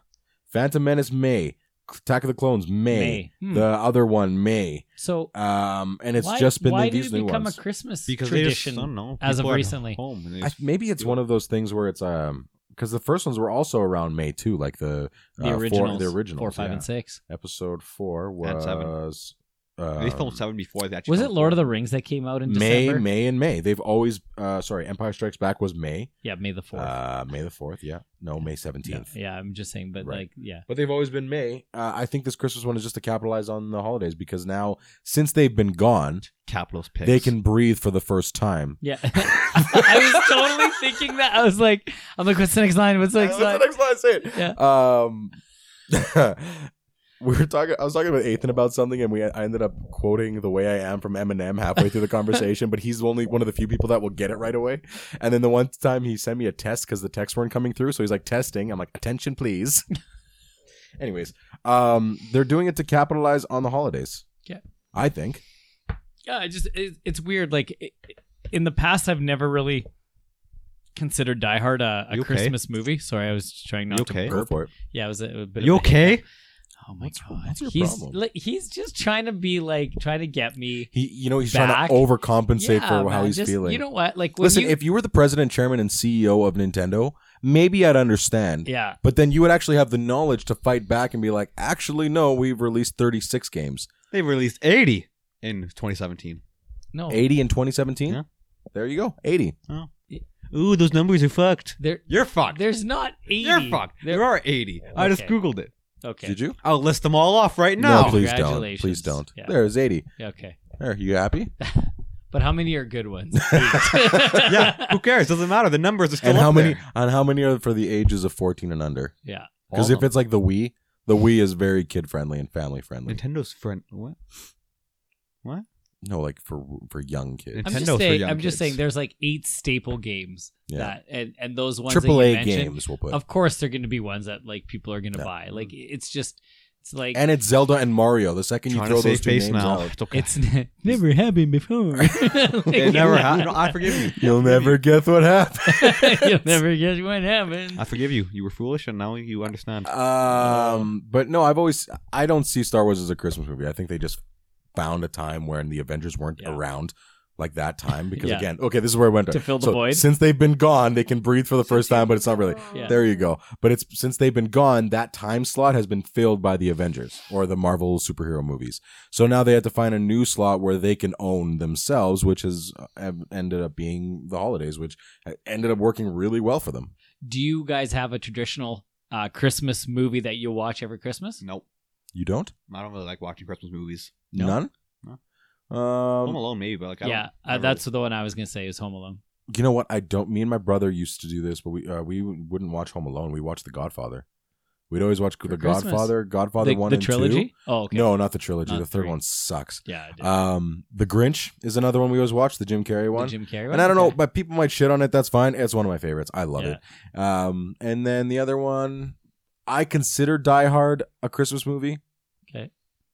[SPEAKER 3] Phantom Menace May. Attack of the Clones May.
[SPEAKER 1] May. Hmm.
[SPEAKER 3] The other one May.
[SPEAKER 1] So
[SPEAKER 3] Um, and it's
[SPEAKER 1] why,
[SPEAKER 3] just been
[SPEAKER 1] why
[SPEAKER 3] the, these
[SPEAKER 1] did it
[SPEAKER 3] new
[SPEAKER 1] become
[SPEAKER 3] ones.
[SPEAKER 1] a Christmas
[SPEAKER 2] Because they just, I
[SPEAKER 1] tradition?
[SPEAKER 2] don't know.
[SPEAKER 1] as of
[SPEAKER 2] people are at
[SPEAKER 1] recently.
[SPEAKER 2] Home and they
[SPEAKER 3] I,
[SPEAKER 2] just-
[SPEAKER 3] maybe it's one of those things where it's um because the first ones were also around May too, like the uh,
[SPEAKER 1] the originals,
[SPEAKER 3] four, the originals,
[SPEAKER 1] four, five,
[SPEAKER 3] yeah.
[SPEAKER 1] and six.
[SPEAKER 3] Episode four
[SPEAKER 2] And seven.
[SPEAKER 3] was. Uh,
[SPEAKER 2] they filmed seven before they actually.
[SPEAKER 1] Was it
[SPEAKER 2] filmed
[SPEAKER 1] Lord of
[SPEAKER 2] four.
[SPEAKER 1] the Rings that came out in
[SPEAKER 3] May,
[SPEAKER 1] December?
[SPEAKER 3] May, and May. They've always, uh, sorry, Empire Strikes Back was May,
[SPEAKER 1] Yeah, May the fourth.
[SPEAKER 3] uh, May the fourth. Yeah, no, May
[SPEAKER 1] yeah,
[SPEAKER 3] seventeenth.
[SPEAKER 1] yeah, I'm just saying, but
[SPEAKER 3] Right.
[SPEAKER 1] like, yeah,
[SPEAKER 3] but they've always been May. Uh, I think this Christmas one is just to capitalize on the holidays because now, since they've been gone,
[SPEAKER 2] Capitalist picks?
[SPEAKER 3] they can breathe for the first time.
[SPEAKER 1] yeah. I was totally thinking that. I was like, I'm like, what's the next line? What's the next line?
[SPEAKER 3] next line? Say it.
[SPEAKER 1] Yeah.
[SPEAKER 3] Um, we were talking. I was talking with Ethan about something, and we I ended up quoting "The Way I Am" from Eminem halfway through the conversation. but he's only one of the few people that will get it right away. And then the one time he sent me a test because the texts weren't coming through, so he's like testing. I'm like, attention, please. Anyways, um, they're doing it to capitalize on the holidays.
[SPEAKER 1] Yeah.
[SPEAKER 3] I think.
[SPEAKER 1] Yeah, I just it, it's weird. Like it, in the past, I've never really considered Die Hard a, a
[SPEAKER 2] You okay?
[SPEAKER 1] Christmas movie. Sorry, I was trying not
[SPEAKER 2] You okay?
[SPEAKER 1] to
[SPEAKER 3] Go
[SPEAKER 1] burp.
[SPEAKER 3] for it.
[SPEAKER 1] Yeah, it was a, a bit.
[SPEAKER 2] You
[SPEAKER 1] of a
[SPEAKER 2] okay?
[SPEAKER 1] hiccup. Oh my
[SPEAKER 3] What's-
[SPEAKER 1] god.
[SPEAKER 3] what's your
[SPEAKER 1] he's
[SPEAKER 3] problem?
[SPEAKER 1] li- he's just trying to be like trying to get me.
[SPEAKER 3] He, you know, he's trying
[SPEAKER 1] Back.
[SPEAKER 3] to overcompensate
[SPEAKER 1] Yeah,
[SPEAKER 3] for how
[SPEAKER 1] man,
[SPEAKER 3] he's
[SPEAKER 1] just-
[SPEAKER 3] feeling.
[SPEAKER 1] You know what? Like when
[SPEAKER 3] Listen,
[SPEAKER 1] you,
[SPEAKER 3] if you were the president, chairman, and CEO of Nintendo, maybe I'd understand.
[SPEAKER 1] yeah,
[SPEAKER 3] But then you would actually have the knowledge to fight back and be like, actually, no, we've released 36 games,
[SPEAKER 2] They released 80 in 2017.
[SPEAKER 1] no,
[SPEAKER 3] 80 in 2017.
[SPEAKER 2] Yeah.
[SPEAKER 3] There you go, 80.
[SPEAKER 2] Ooh, those numbers are fucked.
[SPEAKER 1] there,
[SPEAKER 2] You're fucked.
[SPEAKER 1] there's not 80
[SPEAKER 2] You're fucked. There are 80. I just
[SPEAKER 1] Okay.
[SPEAKER 2] Googled it.
[SPEAKER 1] Okay.
[SPEAKER 3] Did you?
[SPEAKER 2] I'll list them all off right now.
[SPEAKER 3] please don't.
[SPEAKER 1] Congratulations.
[SPEAKER 3] Please don't.
[SPEAKER 1] Yeah.
[SPEAKER 3] There's 80.
[SPEAKER 1] Okay.
[SPEAKER 3] There, you happy?
[SPEAKER 1] But how many are good ones?
[SPEAKER 2] yeah, who cares? Doesn't matter. The numbers are still
[SPEAKER 3] and
[SPEAKER 2] up
[SPEAKER 3] how many?
[SPEAKER 2] there.
[SPEAKER 3] And how many are for the ages of 14 and under?
[SPEAKER 1] Yeah.
[SPEAKER 3] Because
[SPEAKER 2] All
[SPEAKER 3] if
[SPEAKER 2] of
[SPEAKER 3] it's like the Wii, the Wii is very kid friendly and family friendly.
[SPEAKER 2] Nintendo's friend, what?
[SPEAKER 3] No, like for for young kids.
[SPEAKER 1] I'm
[SPEAKER 2] Nintendo's
[SPEAKER 1] just
[SPEAKER 2] for
[SPEAKER 1] saying.
[SPEAKER 2] young
[SPEAKER 1] I'm just
[SPEAKER 2] kids.
[SPEAKER 1] saying. There's like eight staple games
[SPEAKER 3] Yeah.
[SPEAKER 1] that, and and those ones that you
[SPEAKER 3] Triple A
[SPEAKER 1] mentioned,
[SPEAKER 3] games, we'll put.
[SPEAKER 1] Of course, they're going to be ones that like people are going to
[SPEAKER 3] Yeah.
[SPEAKER 1] buy. Like it's just, it's like
[SPEAKER 3] and it's Zelda and Mario. The second you
[SPEAKER 2] Trying
[SPEAKER 3] throw
[SPEAKER 2] to
[SPEAKER 3] those
[SPEAKER 2] save
[SPEAKER 3] two
[SPEAKER 2] face
[SPEAKER 3] names
[SPEAKER 2] now.
[SPEAKER 3] out,
[SPEAKER 2] It's okay.
[SPEAKER 1] it's never happened before.
[SPEAKER 2] it never happened. I forgive you.
[SPEAKER 3] you'll never guess what happened.
[SPEAKER 1] You'll never guess what happened.
[SPEAKER 2] I forgive you. You were foolish, and now you understand.
[SPEAKER 3] Um, but no, I've always I don't see Star Wars as a Christmas movie. I think they just found a time when the Avengers weren't
[SPEAKER 1] Yeah.
[SPEAKER 3] around like that time because
[SPEAKER 1] Yeah.
[SPEAKER 3] again, okay, this is where I went
[SPEAKER 1] To fill the
[SPEAKER 3] So,
[SPEAKER 1] void.
[SPEAKER 3] Since they've been gone, they can breathe for the first time, but it's not really.
[SPEAKER 1] Yeah.
[SPEAKER 3] There you go. But it's since they've been gone, that time slot has been filled by the Avengers or the Marvel superhero movies. So now they had to find a new slot where they can own themselves, which has uh, ended up being the holidays, which uh, ended up working really well for them.
[SPEAKER 1] Do you guys have a traditional uh, Christmas movie that you watch every Christmas?
[SPEAKER 3] Mm,
[SPEAKER 2] Nope.
[SPEAKER 3] You don't?
[SPEAKER 2] I don't really like watching Christmas movies.
[SPEAKER 3] None? Um,
[SPEAKER 2] Home Alone, maybe, but like, I
[SPEAKER 1] yeah,
[SPEAKER 2] don't,
[SPEAKER 1] uh, that's the one I was going to say is Home Alone.
[SPEAKER 3] you know what? I don't. Me and my brother used to do this, but we uh, we wouldn't watch Home Alone. We watched The Godfather. We'd always watch The
[SPEAKER 1] Christmas.
[SPEAKER 3] Godfather, Godfather
[SPEAKER 1] the,
[SPEAKER 3] one
[SPEAKER 1] the
[SPEAKER 3] and
[SPEAKER 1] trilogy?
[SPEAKER 3] two.
[SPEAKER 1] Oh, okay.
[SPEAKER 3] No, not the trilogy.
[SPEAKER 1] Not
[SPEAKER 3] the third
[SPEAKER 1] three.
[SPEAKER 3] one sucks.
[SPEAKER 1] Yeah, I did.
[SPEAKER 3] Um, The Grinch is another one we always watch. The Jim Carrey
[SPEAKER 1] the
[SPEAKER 3] one.
[SPEAKER 1] Jim Carrey.
[SPEAKER 3] and I don't know,
[SPEAKER 1] Okay.
[SPEAKER 3] but people might shit on it. That's fine. It's one of my favorites. I love
[SPEAKER 1] Yeah.
[SPEAKER 3] it. Um, and then the other one, I consider Die Hard a Christmas movie.
[SPEAKER 1] Okay.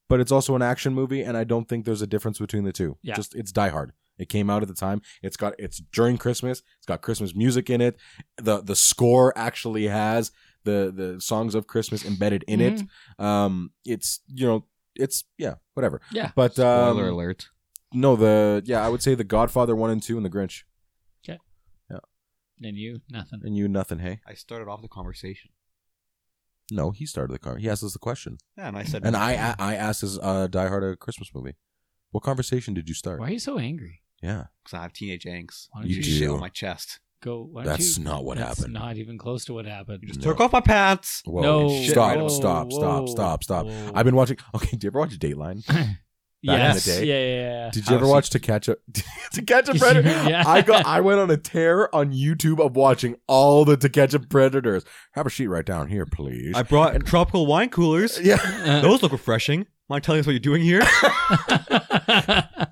[SPEAKER 3] But it's also an action movie, and I don't think there's a difference between the two.
[SPEAKER 1] Yeah.
[SPEAKER 3] Just it's Die Hard. It came out at the time. It's got it's during Christmas. It's got Christmas music in it. The the score actually has the the songs of Christmas embedded in
[SPEAKER 1] Mm-hmm.
[SPEAKER 3] it. Um, it's you know it's yeah whatever.
[SPEAKER 1] Yeah.
[SPEAKER 3] But um,
[SPEAKER 2] Spoiler alert.
[SPEAKER 3] no the yeah I would say the Godfather one and two and the Grinch.
[SPEAKER 1] And you, nothing.
[SPEAKER 3] And you nothing, hey?
[SPEAKER 2] I started off the conversation.
[SPEAKER 3] No, he started the car. He asked us the question,
[SPEAKER 2] Yeah, and I said,
[SPEAKER 3] and I I- I asked us uh, Die Hard a Christmas movie. What conversation did you start?
[SPEAKER 1] Why are you so angry?
[SPEAKER 3] Yeah,
[SPEAKER 2] because I have teenage angst.
[SPEAKER 1] Why don't
[SPEAKER 2] You
[SPEAKER 1] you-
[SPEAKER 2] shit on
[SPEAKER 3] do.
[SPEAKER 2] my chest.
[SPEAKER 1] Go. Why don't
[SPEAKER 3] that's
[SPEAKER 1] you?
[SPEAKER 3] not what
[SPEAKER 1] That's
[SPEAKER 3] happened.
[SPEAKER 1] Not even close to what happened.
[SPEAKER 2] You just
[SPEAKER 3] No.
[SPEAKER 2] took off my pants.
[SPEAKER 3] Whoa,
[SPEAKER 1] no.
[SPEAKER 2] shit.
[SPEAKER 3] stop,
[SPEAKER 1] whoa,
[SPEAKER 3] stop, stop,
[SPEAKER 1] whoa,
[SPEAKER 3] stop, stop.
[SPEAKER 1] whoa.
[SPEAKER 3] I've been watching. Okay, do you ever watch Dateline?
[SPEAKER 1] yes.
[SPEAKER 3] day.
[SPEAKER 1] Yeah, yeah, yeah.
[SPEAKER 3] Did
[SPEAKER 2] How
[SPEAKER 3] you ever
[SPEAKER 2] is
[SPEAKER 3] watch To Catch a To Catch a Predator?
[SPEAKER 1] Oh, Yeah.
[SPEAKER 3] I got. I went on a tear on YouTube of watching all the To Catch a Predators. Have a sheet right down here, please.
[SPEAKER 2] I brought tropical wine coolers.
[SPEAKER 3] yeah.
[SPEAKER 2] Those look refreshing. Mind telling us what you're doing here?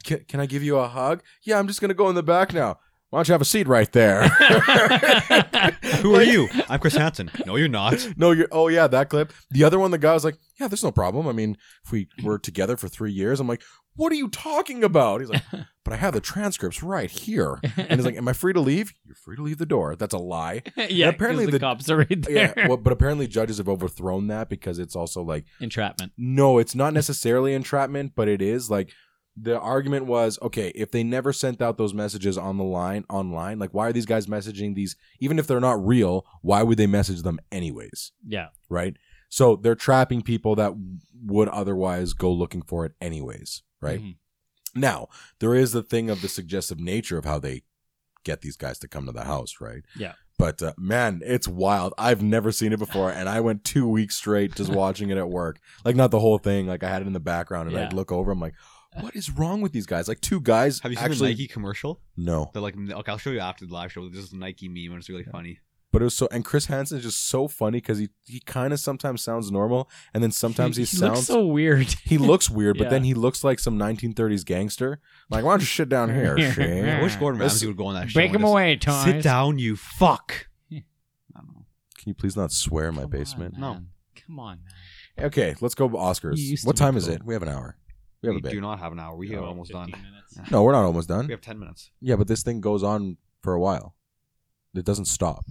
[SPEAKER 3] Can, can I give you a hug? Yeah, I'm just gonna go in the back now. Why don't you have a seat right there?
[SPEAKER 2] Who are you? I'm Chris Hansen. No, you're not.
[SPEAKER 3] No, you're. Oh yeah, that clip. The other one, the guy was like, "Yeah, there's no problem. I mean, if we were together for three years, I'm like, what are you talking about?" He's like, "But I have the transcripts right here." And he's like, "Am I free to leave?" You're free to leave the door. That's a lie.
[SPEAKER 1] yeah,
[SPEAKER 3] apparently
[SPEAKER 1] apparently the,
[SPEAKER 3] the-
[SPEAKER 1] cops are right
[SPEAKER 3] Yeah.
[SPEAKER 1] there.
[SPEAKER 3] Well, but apparently judges have overthrown that because it's also like,
[SPEAKER 1] Entrapment.
[SPEAKER 3] no, it's not necessarily entrapment, but it is like. The argument was okay if they never sent out those messages on the line online, like why are these guys messaging these? Even if they're not real, why would they message them anyways?
[SPEAKER 1] Yeah.
[SPEAKER 3] right? So they're trapping people that would otherwise go looking for it anyways, right?
[SPEAKER 1] Mhm.
[SPEAKER 3] Now, there is the thing of the suggestive nature of how they get these guys to come to the house, right?
[SPEAKER 1] Yeah.
[SPEAKER 3] But uh, man, it's wild. I've never seen it before and I went 2 weeks straight just watching it at work. Like not the whole thing, like I had it in the background and
[SPEAKER 1] Yeah.
[SPEAKER 3] I'd look over I'm like what is wrong with these guys? Like two guys
[SPEAKER 2] Have you seen
[SPEAKER 3] actually
[SPEAKER 2] the Nike commercial?
[SPEAKER 3] no.
[SPEAKER 2] They're like, okay, I'll show you after the live show. This is a Nike meme, and it's really funny.
[SPEAKER 3] But it was so and Chris Hansen is just so funny cuz he he kind of sometimes sounds normal and then sometimes he,
[SPEAKER 1] he looks
[SPEAKER 3] sounds
[SPEAKER 1] so weird.
[SPEAKER 3] He looks weird, but
[SPEAKER 1] Yeah.
[SPEAKER 3] then he looks like some 1930s gangster. Like, why don't you sit down here,
[SPEAKER 1] Yeah.
[SPEAKER 2] I
[SPEAKER 3] Shane?
[SPEAKER 2] wish Gordon
[SPEAKER 3] This-
[SPEAKER 2] Ramsay would go on that show.
[SPEAKER 1] Break
[SPEAKER 2] and
[SPEAKER 1] him
[SPEAKER 2] just-
[SPEAKER 1] away, Tom.
[SPEAKER 2] Sit down, you fuck.
[SPEAKER 1] Yeah.
[SPEAKER 2] I don't know.
[SPEAKER 3] Can you please not swear in my basement?
[SPEAKER 2] No.
[SPEAKER 1] Come on, man.
[SPEAKER 3] Okay, let's go
[SPEAKER 1] You
[SPEAKER 3] Oscars.
[SPEAKER 1] used to
[SPEAKER 3] What
[SPEAKER 1] be
[SPEAKER 3] time is
[SPEAKER 1] cool.
[SPEAKER 3] it? We have an hour. We have
[SPEAKER 2] We
[SPEAKER 3] a bit.
[SPEAKER 2] do not have an hour. We are
[SPEAKER 1] Oh,
[SPEAKER 2] almost done.
[SPEAKER 1] 15 minutes.
[SPEAKER 2] Yeah.
[SPEAKER 3] No, we're not almost
[SPEAKER 2] We
[SPEAKER 3] done.
[SPEAKER 2] have ten minutes.
[SPEAKER 3] Yeah, but this thing goes on for a while. It doesn't stop.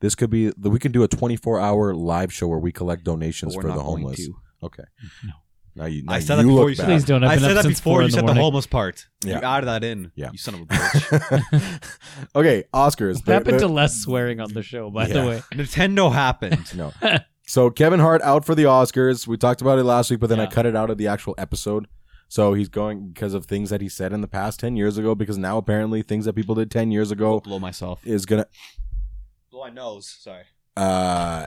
[SPEAKER 3] This could be we can do a 24 hour live show where we collect
[SPEAKER 2] But
[SPEAKER 3] donations
[SPEAKER 2] we're
[SPEAKER 3] for
[SPEAKER 2] not
[SPEAKER 3] the
[SPEAKER 2] going
[SPEAKER 3] homeless.
[SPEAKER 2] to.
[SPEAKER 3] Okay.
[SPEAKER 1] No.
[SPEAKER 3] Now you. Now
[SPEAKER 2] I said that
[SPEAKER 3] you
[SPEAKER 2] before
[SPEAKER 3] look
[SPEAKER 2] you said
[SPEAKER 3] bad.
[SPEAKER 1] Please don't
[SPEAKER 2] I
[SPEAKER 1] open
[SPEAKER 2] said
[SPEAKER 1] up
[SPEAKER 2] that
[SPEAKER 1] since
[SPEAKER 2] before
[SPEAKER 1] four in
[SPEAKER 2] you
[SPEAKER 1] the
[SPEAKER 2] said the
[SPEAKER 1] morning.
[SPEAKER 2] homeless part.
[SPEAKER 3] Yeah.
[SPEAKER 2] You added that in.
[SPEAKER 3] Yeah.
[SPEAKER 2] You son of a bitch.
[SPEAKER 3] okay, Oscars.
[SPEAKER 1] What happened to less swearing on the show, by
[SPEAKER 3] Yeah.
[SPEAKER 1] the way?
[SPEAKER 2] Nintendo happened.
[SPEAKER 3] No. So Kevin Hart out for the Oscars. We talked about it last week, but then I
[SPEAKER 1] Yeah.
[SPEAKER 3] cut it out of the actual episode. So he's going because of things that he said in the past 10 years ago because now apparently things that people did 10 years ago
[SPEAKER 2] Blow myself.
[SPEAKER 3] is going to
[SPEAKER 2] Blow my nose. Sorry.
[SPEAKER 3] uh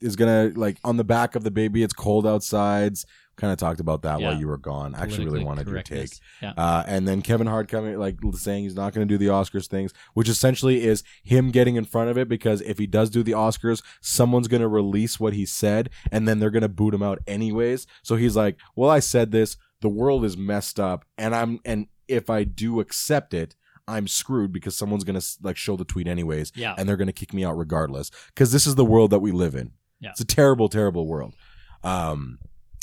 [SPEAKER 3] is going to like on the back of the baby it's cold outsides. Kind of talked about that while
[SPEAKER 1] Yeah.
[SPEAKER 3] you were gone. I actually really
[SPEAKER 1] Politically
[SPEAKER 3] wanted your take.
[SPEAKER 1] correctness. Yeah.
[SPEAKER 3] Uh, and then Kevin Hart coming like saying he's not going to do the Oscars things, which essentially is him getting in front of it because if he does do the Oscars, someone's going to release what he said, and then they're going to boot him out anyways. So he's like, "Well, I said this. The world is messed up, and I'm and if I do accept it, I'm screwed because someone's going to like show the tweet anyways,
[SPEAKER 1] Yeah.
[SPEAKER 3] and they're going to kick me out regardless because this is the world that we live in.
[SPEAKER 1] Yeah.
[SPEAKER 3] It's a terrible, terrible world." Um,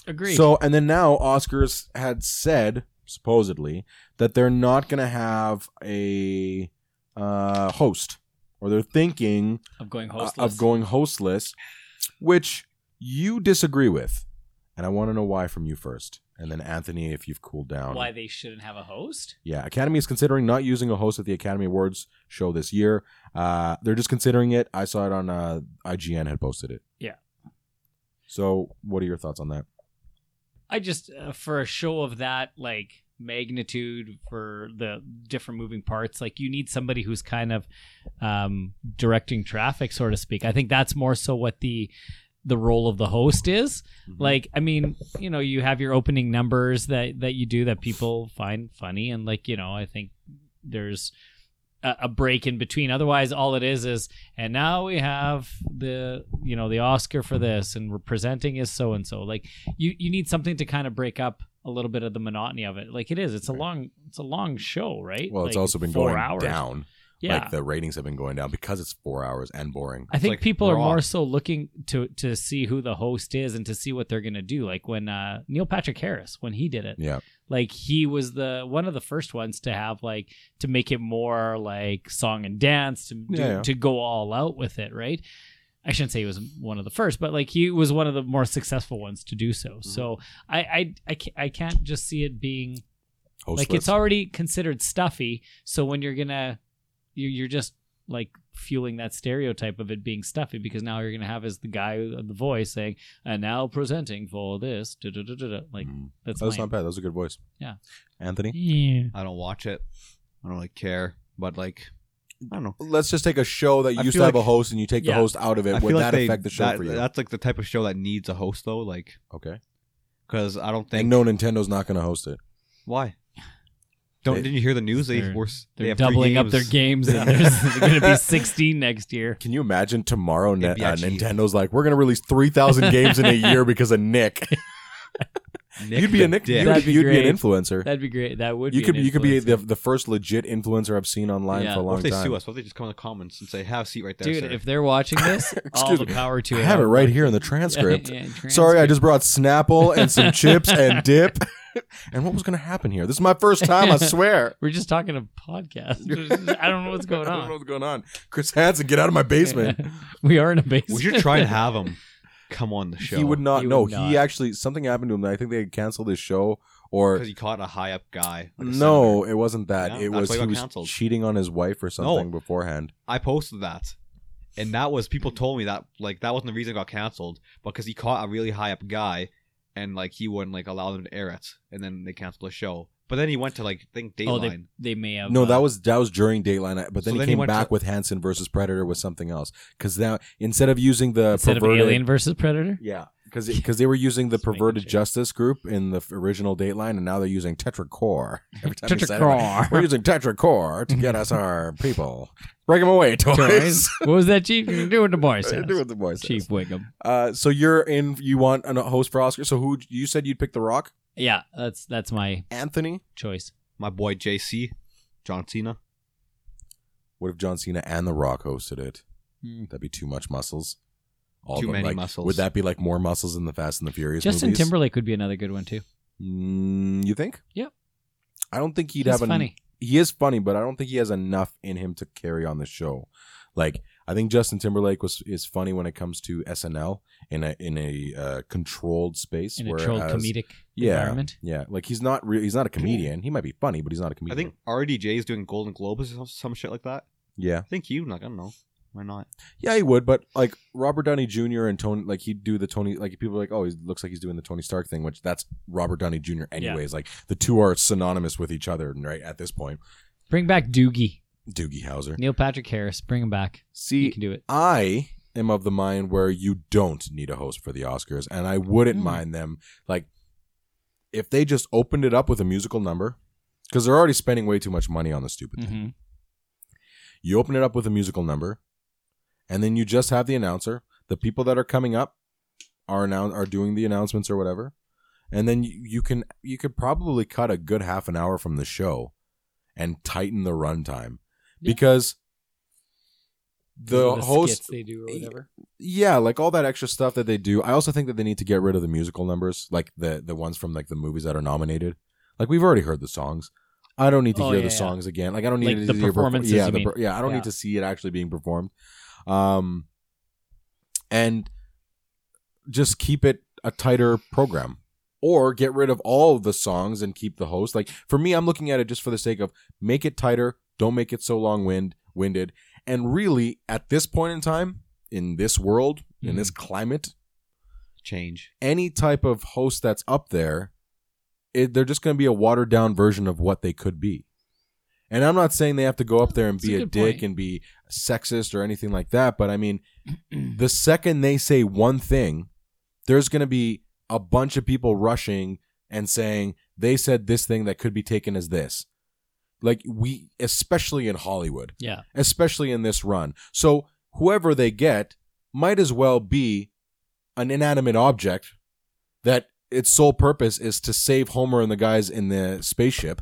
[SPEAKER 1] Agreed.
[SPEAKER 3] so, and then now Oscars had said supposedly that they're not going to have a uh, host, or they're thinking
[SPEAKER 1] of going
[SPEAKER 3] uh,
[SPEAKER 1] hostless.
[SPEAKER 3] of going hostless, which you disagree with, and I want to know why from you first, and then Anthony, if you've cooled down.
[SPEAKER 1] why they shouldn't have a host?
[SPEAKER 3] Yeah, Academy is considering not using a host at the Academy Awards show this year. Uh, they're just considering it. I saw it on uh, IGN had posted it.
[SPEAKER 1] Yeah.
[SPEAKER 3] So, what are your thoughts on that?
[SPEAKER 1] I just uh, for a show of that like magnitude for the different moving parts, like you need somebody who's kind of um, directing traffic, so to speak. I think that's more so what the the role of the host is.
[SPEAKER 2] Mm-hmm.
[SPEAKER 1] Like, I mean, you know, you have your opening numbers that that you do that people find funny, and like, you know, I think there's a, a break in between. Otherwise, all it is is, and now we have the you know the Oscar for this, and we're presenting is so and so. Like, you you need something to kind of break up a little bit of the monotony of it. Like it is, it's a
[SPEAKER 3] Right.
[SPEAKER 1] long it's a long show, right?
[SPEAKER 3] Well, it's
[SPEAKER 1] Like,
[SPEAKER 3] also been
[SPEAKER 1] four
[SPEAKER 3] going
[SPEAKER 1] hours.
[SPEAKER 3] down.
[SPEAKER 1] Yeah.
[SPEAKER 3] like the ratings have been going down because it's four hours and boring.
[SPEAKER 1] I think
[SPEAKER 2] like
[SPEAKER 1] people are
[SPEAKER 2] raw.
[SPEAKER 1] more so looking to to see who the host is and to see what they're gonna do. Like when uh, Neil Patrick Harris, when he did it,
[SPEAKER 3] Yeah.
[SPEAKER 1] like he was the one of the first ones to have like to make it more like song and dance to do,
[SPEAKER 3] Yeah, yeah.
[SPEAKER 1] to go all out with it, right? I shouldn't say he was one of the first, but like he was one of the more successful ones to do so.
[SPEAKER 3] Mm-hmm.
[SPEAKER 1] So I I I can't, I can't just see it being
[SPEAKER 3] Hostless.
[SPEAKER 1] like it's already considered stuffy so when you're gonna you're, you're just like fueling that stereotype of it being stuffy because now you're gonna have is the guy of the voice saying and now presenting for this da, da, da, da, da." like
[SPEAKER 3] Mm.
[SPEAKER 1] that's,
[SPEAKER 3] that's
[SPEAKER 1] lame.
[SPEAKER 3] not bad. That was a good voice.
[SPEAKER 1] Yeah.
[SPEAKER 3] Anthony,
[SPEAKER 1] yeah
[SPEAKER 2] I don't watch it. I don't really care. But like, I don't know.
[SPEAKER 3] let's just take a show that
[SPEAKER 2] I
[SPEAKER 3] used to
[SPEAKER 2] feel
[SPEAKER 3] have
[SPEAKER 2] like-
[SPEAKER 3] a host and you take the
[SPEAKER 1] Yeah.
[SPEAKER 3] host out of it.
[SPEAKER 2] I
[SPEAKER 3] Would
[SPEAKER 2] feel
[SPEAKER 3] that
[SPEAKER 2] like they-
[SPEAKER 3] affect the show
[SPEAKER 2] that-
[SPEAKER 3] for you?
[SPEAKER 2] That's like the type of show that needs a host though. Like,
[SPEAKER 3] okay.
[SPEAKER 2] because I don't think
[SPEAKER 3] And no, Nintendo's not going to host it.
[SPEAKER 2] why. Don't
[SPEAKER 3] They-
[SPEAKER 2] didn't you hear the news? They
[SPEAKER 1] They're-
[SPEAKER 2] were s- they
[SPEAKER 1] they're
[SPEAKER 2] have three
[SPEAKER 1] doubling up their games
[SPEAKER 2] games.
[SPEAKER 1] and there's going to be 16 next year
[SPEAKER 3] Can you imagine tomorrow? Ni-
[SPEAKER 2] It'd be
[SPEAKER 3] uh,
[SPEAKER 2] actually-
[SPEAKER 3] Nintendo's like, we're going to release three thousand games in a year because of Nick.
[SPEAKER 2] Nick
[SPEAKER 3] you'd be a
[SPEAKER 2] the
[SPEAKER 3] Nick.
[SPEAKER 2] Dick.
[SPEAKER 3] You'd,
[SPEAKER 1] That'd be
[SPEAKER 3] you'd be
[SPEAKER 1] great.
[SPEAKER 3] an influencer.
[SPEAKER 1] that'd be great that would
[SPEAKER 3] you
[SPEAKER 1] be
[SPEAKER 3] could
[SPEAKER 1] an
[SPEAKER 3] you could be
[SPEAKER 1] influencer.
[SPEAKER 3] the, the first legit influencer I've seen online
[SPEAKER 1] Yeah.
[SPEAKER 3] for a
[SPEAKER 2] What
[SPEAKER 3] long
[SPEAKER 2] if they
[SPEAKER 3] time.
[SPEAKER 2] sue us? What if they just come in the comments and say, "Have a seat right there,
[SPEAKER 1] dude
[SPEAKER 2] sir."
[SPEAKER 1] if they're watching this all
[SPEAKER 3] Excuse
[SPEAKER 1] the
[SPEAKER 3] me.
[SPEAKER 1] power to
[SPEAKER 3] I have it right here in the transcript. Sorry, I just brought Snapple and some chips and dip. And what was going to happen here? This is my first time, I swear.
[SPEAKER 1] we're just talking a podcast i don't know what's going
[SPEAKER 3] I don't know
[SPEAKER 1] on
[SPEAKER 3] what's going on. Chris Hansen, get out of my basement.
[SPEAKER 1] we are in a basement
[SPEAKER 2] we should try and have him come on the show.
[SPEAKER 3] He would not
[SPEAKER 1] He would
[SPEAKER 3] know.
[SPEAKER 1] not.
[SPEAKER 3] He actually, something happened to him. I think they canceled his show or.
[SPEAKER 2] because he caught a high up guy. like a senator.
[SPEAKER 3] No, it wasn't that.
[SPEAKER 2] Yeah,
[SPEAKER 3] it
[SPEAKER 2] that's
[SPEAKER 3] was
[SPEAKER 2] why he
[SPEAKER 3] he
[SPEAKER 2] got
[SPEAKER 3] was
[SPEAKER 2] canceled.
[SPEAKER 3] cheating on his wife or something
[SPEAKER 2] No.
[SPEAKER 3] beforehand.
[SPEAKER 2] I posted that, and that was people told me that like that wasn't the reason it got canceled because he caught a really high up guy, and like he wouldn't like allow them to air it, and then they canceled the show. But then he went to like I think Dateline.
[SPEAKER 1] Oh, they, they may have.
[SPEAKER 3] No,
[SPEAKER 1] uh,
[SPEAKER 3] that was that was during Dateline, but then
[SPEAKER 2] So
[SPEAKER 3] he
[SPEAKER 2] then he
[SPEAKER 3] came
[SPEAKER 2] went
[SPEAKER 3] back
[SPEAKER 2] to-
[SPEAKER 3] with Hansen versus Predator with something else because now instead of using the
[SPEAKER 1] instead
[SPEAKER 3] perverted,
[SPEAKER 1] of Alien versus Predator.
[SPEAKER 3] Yeah, because because they were using the
[SPEAKER 1] Just making
[SPEAKER 3] perverted
[SPEAKER 1] sure.
[SPEAKER 3] justice group in the f- original Dateline, and now they're using tetracore. Every time you say it,
[SPEAKER 1] Tetracore.
[SPEAKER 3] we're using tetracore to get us our people. Break them away, toys.
[SPEAKER 1] what was that, Chief? You do what the boy says.
[SPEAKER 3] Do what the boy says.
[SPEAKER 1] Chief Wiggum.
[SPEAKER 3] Uh, so you're in. You want a host for Oscar? So who you said you'd pick? The Rock,
[SPEAKER 1] Yeah, that's that's my
[SPEAKER 3] Anthony.
[SPEAKER 1] choice.
[SPEAKER 2] My boy JC, John Cena.
[SPEAKER 3] What if John Cena and The Rock hosted it?
[SPEAKER 1] Hmm.
[SPEAKER 3] That'd be too much muscles. All
[SPEAKER 2] Too
[SPEAKER 3] of them,
[SPEAKER 2] many
[SPEAKER 3] like,
[SPEAKER 2] muscles.
[SPEAKER 3] Would that be like more muscles in the Fast and the Furious?
[SPEAKER 1] Justin
[SPEAKER 3] movies?
[SPEAKER 1] Timberlake would be another good one too.
[SPEAKER 3] Mm, you think?
[SPEAKER 1] Yep.
[SPEAKER 3] I don't think he'd
[SPEAKER 1] He's
[SPEAKER 3] have an-
[SPEAKER 1] funny.
[SPEAKER 3] he is funny, but I don't think he has enough in him to carry on the show. Like I think Justin Timberlake was is funny when it comes to SNL in a in a uh, controlled space.
[SPEAKER 1] in a troll
[SPEAKER 3] whereas-
[SPEAKER 1] comedic
[SPEAKER 3] yeah,
[SPEAKER 1] environment.
[SPEAKER 3] Yeah, like he's not re- he's not a comedian. He might be funny, but he's not
[SPEAKER 2] I
[SPEAKER 3] a comedian.
[SPEAKER 2] think RDJ is doing Golden Globes or some, some shit like that.
[SPEAKER 3] yeah,
[SPEAKER 2] I think you like I don't know why not.
[SPEAKER 3] yeah, he would. But like Robert Downey Jr. and Tony, like he'd do the Tony. Like people are like, oh, he looks like he's doing the Tony Stark thing, which that's Robert Downey Jr. Anyways, like the two are synonymous with each other, right? At this point,
[SPEAKER 1] Bring back Doogie,
[SPEAKER 3] Doogie Howser.
[SPEAKER 1] Neil Patrick Harris. Bring him back. You
[SPEAKER 3] See,
[SPEAKER 1] can do it.
[SPEAKER 3] I am of the mind where you don't need a host for the Oscars, and I wouldn't
[SPEAKER 1] Mm.
[SPEAKER 3] mind them like if they just opened it up with a musical number, because they're already spending way too much money on the stupid thing.
[SPEAKER 1] Mhm.
[SPEAKER 3] You open it up with a musical number, and then you just have the announcer. The people that are coming up are annou- are doing the announcements or whatever, and then you, you can you could probably cut a good half an hour from the show, and tighten the runtime
[SPEAKER 1] Yeah.
[SPEAKER 3] because the,
[SPEAKER 1] Those are
[SPEAKER 3] host
[SPEAKER 1] skits they do or whatever.
[SPEAKER 3] yeah like all that extra stuff that they do i also think that they need to get rid of the musical numbers like the the ones from like the movies that are nominated like we've already heard the songs i don't need to
[SPEAKER 1] Oh,
[SPEAKER 3] hear
[SPEAKER 1] yeah,
[SPEAKER 3] the
[SPEAKER 1] yeah.
[SPEAKER 3] songs again like i don't need
[SPEAKER 1] Like the
[SPEAKER 3] to see a perfor-
[SPEAKER 1] performances,
[SPEAKER 3] yeah
[SPEAKER 1] you
[SPEAKER 3] the
[SPEAKER 1] mean.
[SPEAKER 3] per- yeah i don't
[SPEAKER 1] Yeah.
[SPEAKER 3] need to see it actually being performed um and just keep it a tighter program or get rid of all the songs and keep the host like for me i'm looking at it just for the sake of make it tighter don't make it so long wind winded and really at this point in time in this world in this climate
[SPEAKER 2] Change.
[SPEAKER 3] any type of host that's up there, it, they're just going to be a watered down version of what they could be. And I'm not saying they have to go up there and
[SPEAKER 1] That's a
[SPEAKER 3] be a,
[SPEAKER 1] good
[SPEAKER 3] dick
[SPEAKER 1] point.
[SPEAKER 3] and be sexist or anything like that, but I mean, the second they say one thing, there's going to be a bunch of people rushing and saying they said this thing that could be taken as this. Like we, especially in Hollywood,
[SPEAKER 1] Yeah.
[SPEAKER 3] especially in this run. So whoever they get might as well be an inanimate object that its sole purpose is to save Homer and the guys in the spaceship.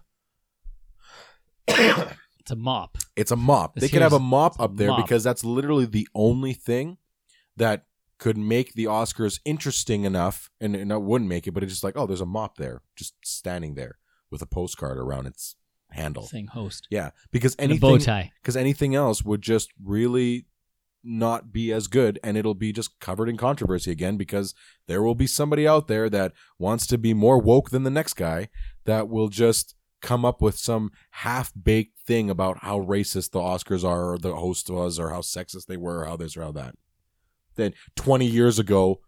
[SPEAKER 1] It's a mop.
[SPEAKER 3] It's a mop.
[SPEAKER 1] This
[SPEAKER 3] They could have a
[SPEAKER 1] here's-
[SPEAKER 3] mop up there
[SPEAKER 1] mop.
[SPEAKER 3] because that's literally the only thing that could make the Oscars interesting enough, and, and it wouldn't make it, but it's just like, oh, there's a mop there, just standing there with a postcard around its handle.
[SPEAKER 1] Saying host.
[SPEAKER 3] Yeah, because
[SPEAKER 1] And a bow
[SPEAKER 3] anything
[SPEAKER 1] tie.
[SPEAKER 3] because anything else would just really not be as good and it'll be just covered in controversy again because there will be somebody out there that wants to be more woke than the next guy that will just come up with some half-baked thing about how racist the Oscars are or the host was or how sexist they were or how this or how that. Then 20 years ago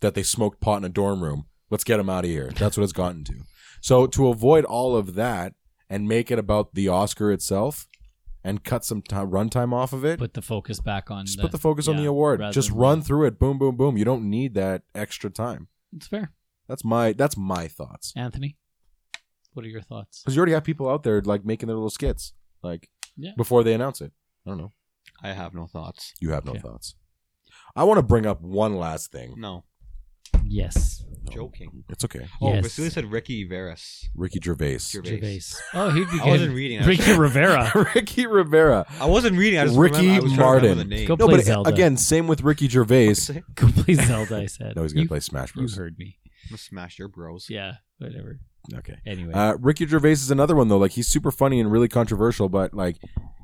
[SPEAKER 3] that they smoked pot in a dorm room. Let's get them out of here. That's what it's gotten to. So to avoid all of that and make it about the Oscar itself and cut some ti runtime off of it.
[SPEAKER 1] Put the focus back on.
[SPEAKER 3] Just put the focus on
[SPEAKER 1] yeah,
[SPEAKER 3] the award.
[SPEAKER 1] rather
[SPEAKER 3] Just
[SPEAKER 1] than-
[SPEAKER 3] run through it. Boom, boom, boom. You don't need that extra time.
[SPEAKER 1] It's fair.
[SPEAKER 3] That's my that's my thoughts.
[SPEAKER 1] Anthony, what are your thoughts?
[SPEAKER 3] Because you already have people out there like making their little skits, like
[SPEAKER 1] Yeah.
[SPEAKER 3] before they announce it. I don't know.
[SPEAKER 2] I have no thoughts.
[SPEAKER 3] You have no
[SPEAKER 1] Okay.
[SPEAKER 3] thoughts. I want to bring up one last thing.
[SPEAKER 2] No,
[SPEAKER 1] Yes.
[SPEAKER 3] No.
[SPEAKER 2] joking.
[SPEAKER 3] It's okay.
[SPEAKER 2] Oh,
[SPEAKER 1] Yes.
[SPEAKER 2] Vasily said Ricky Veras.
[SPEAKER 3] Ricky Gervais.
[SPEAKER 2] Gervais.
[SPEAKER 1] Gervais. Oh, he'd be
[SPEAKER 2] I wasn't
[SPEAKER 1] good.
[SPEAKER 2] reading. I,
[SPEAKER 1] Ricky Rivera.
[SPEAKER 3] Ricky Rivera.
[SPEAKER 2] I wasn't reading. I just
[SPEAKER 3] Ricky
[SPEAKER 2] remember, I was trying to remember
[SPEAKER 3] Martin.
[SPEAKER 2] The name.
[SPEAKER 1] Go
[SPEAKER 3] No,
[SPEAKER 1] play
[SPEAKER 3] but
[SPEAKER 1] Zelda.
[SPEAKER 3] again, same with Ricky Gervais.
[SPEAKER 2] I'm
[SPEAKER 1] Go play Zelda, I said.
[SPEAKER 3] No, he's gonna
[SPEAKER 1] you,
[SPEAKER 3] play Smash
[SPEAKER 1] You
[SPEAKER 3] Bros.
[SPEAKER 1] heard me.
[SPEAKER 2] gonna smash your bros.
[SPEAKER 1] Yeah, whatever.
[SPEAKER 3] Okay.
[SPEAKER 1] Anyway.
[SPEAKER 3] Uh, Ricky Gervais is another one though. Like he's super funny and really controversial, but like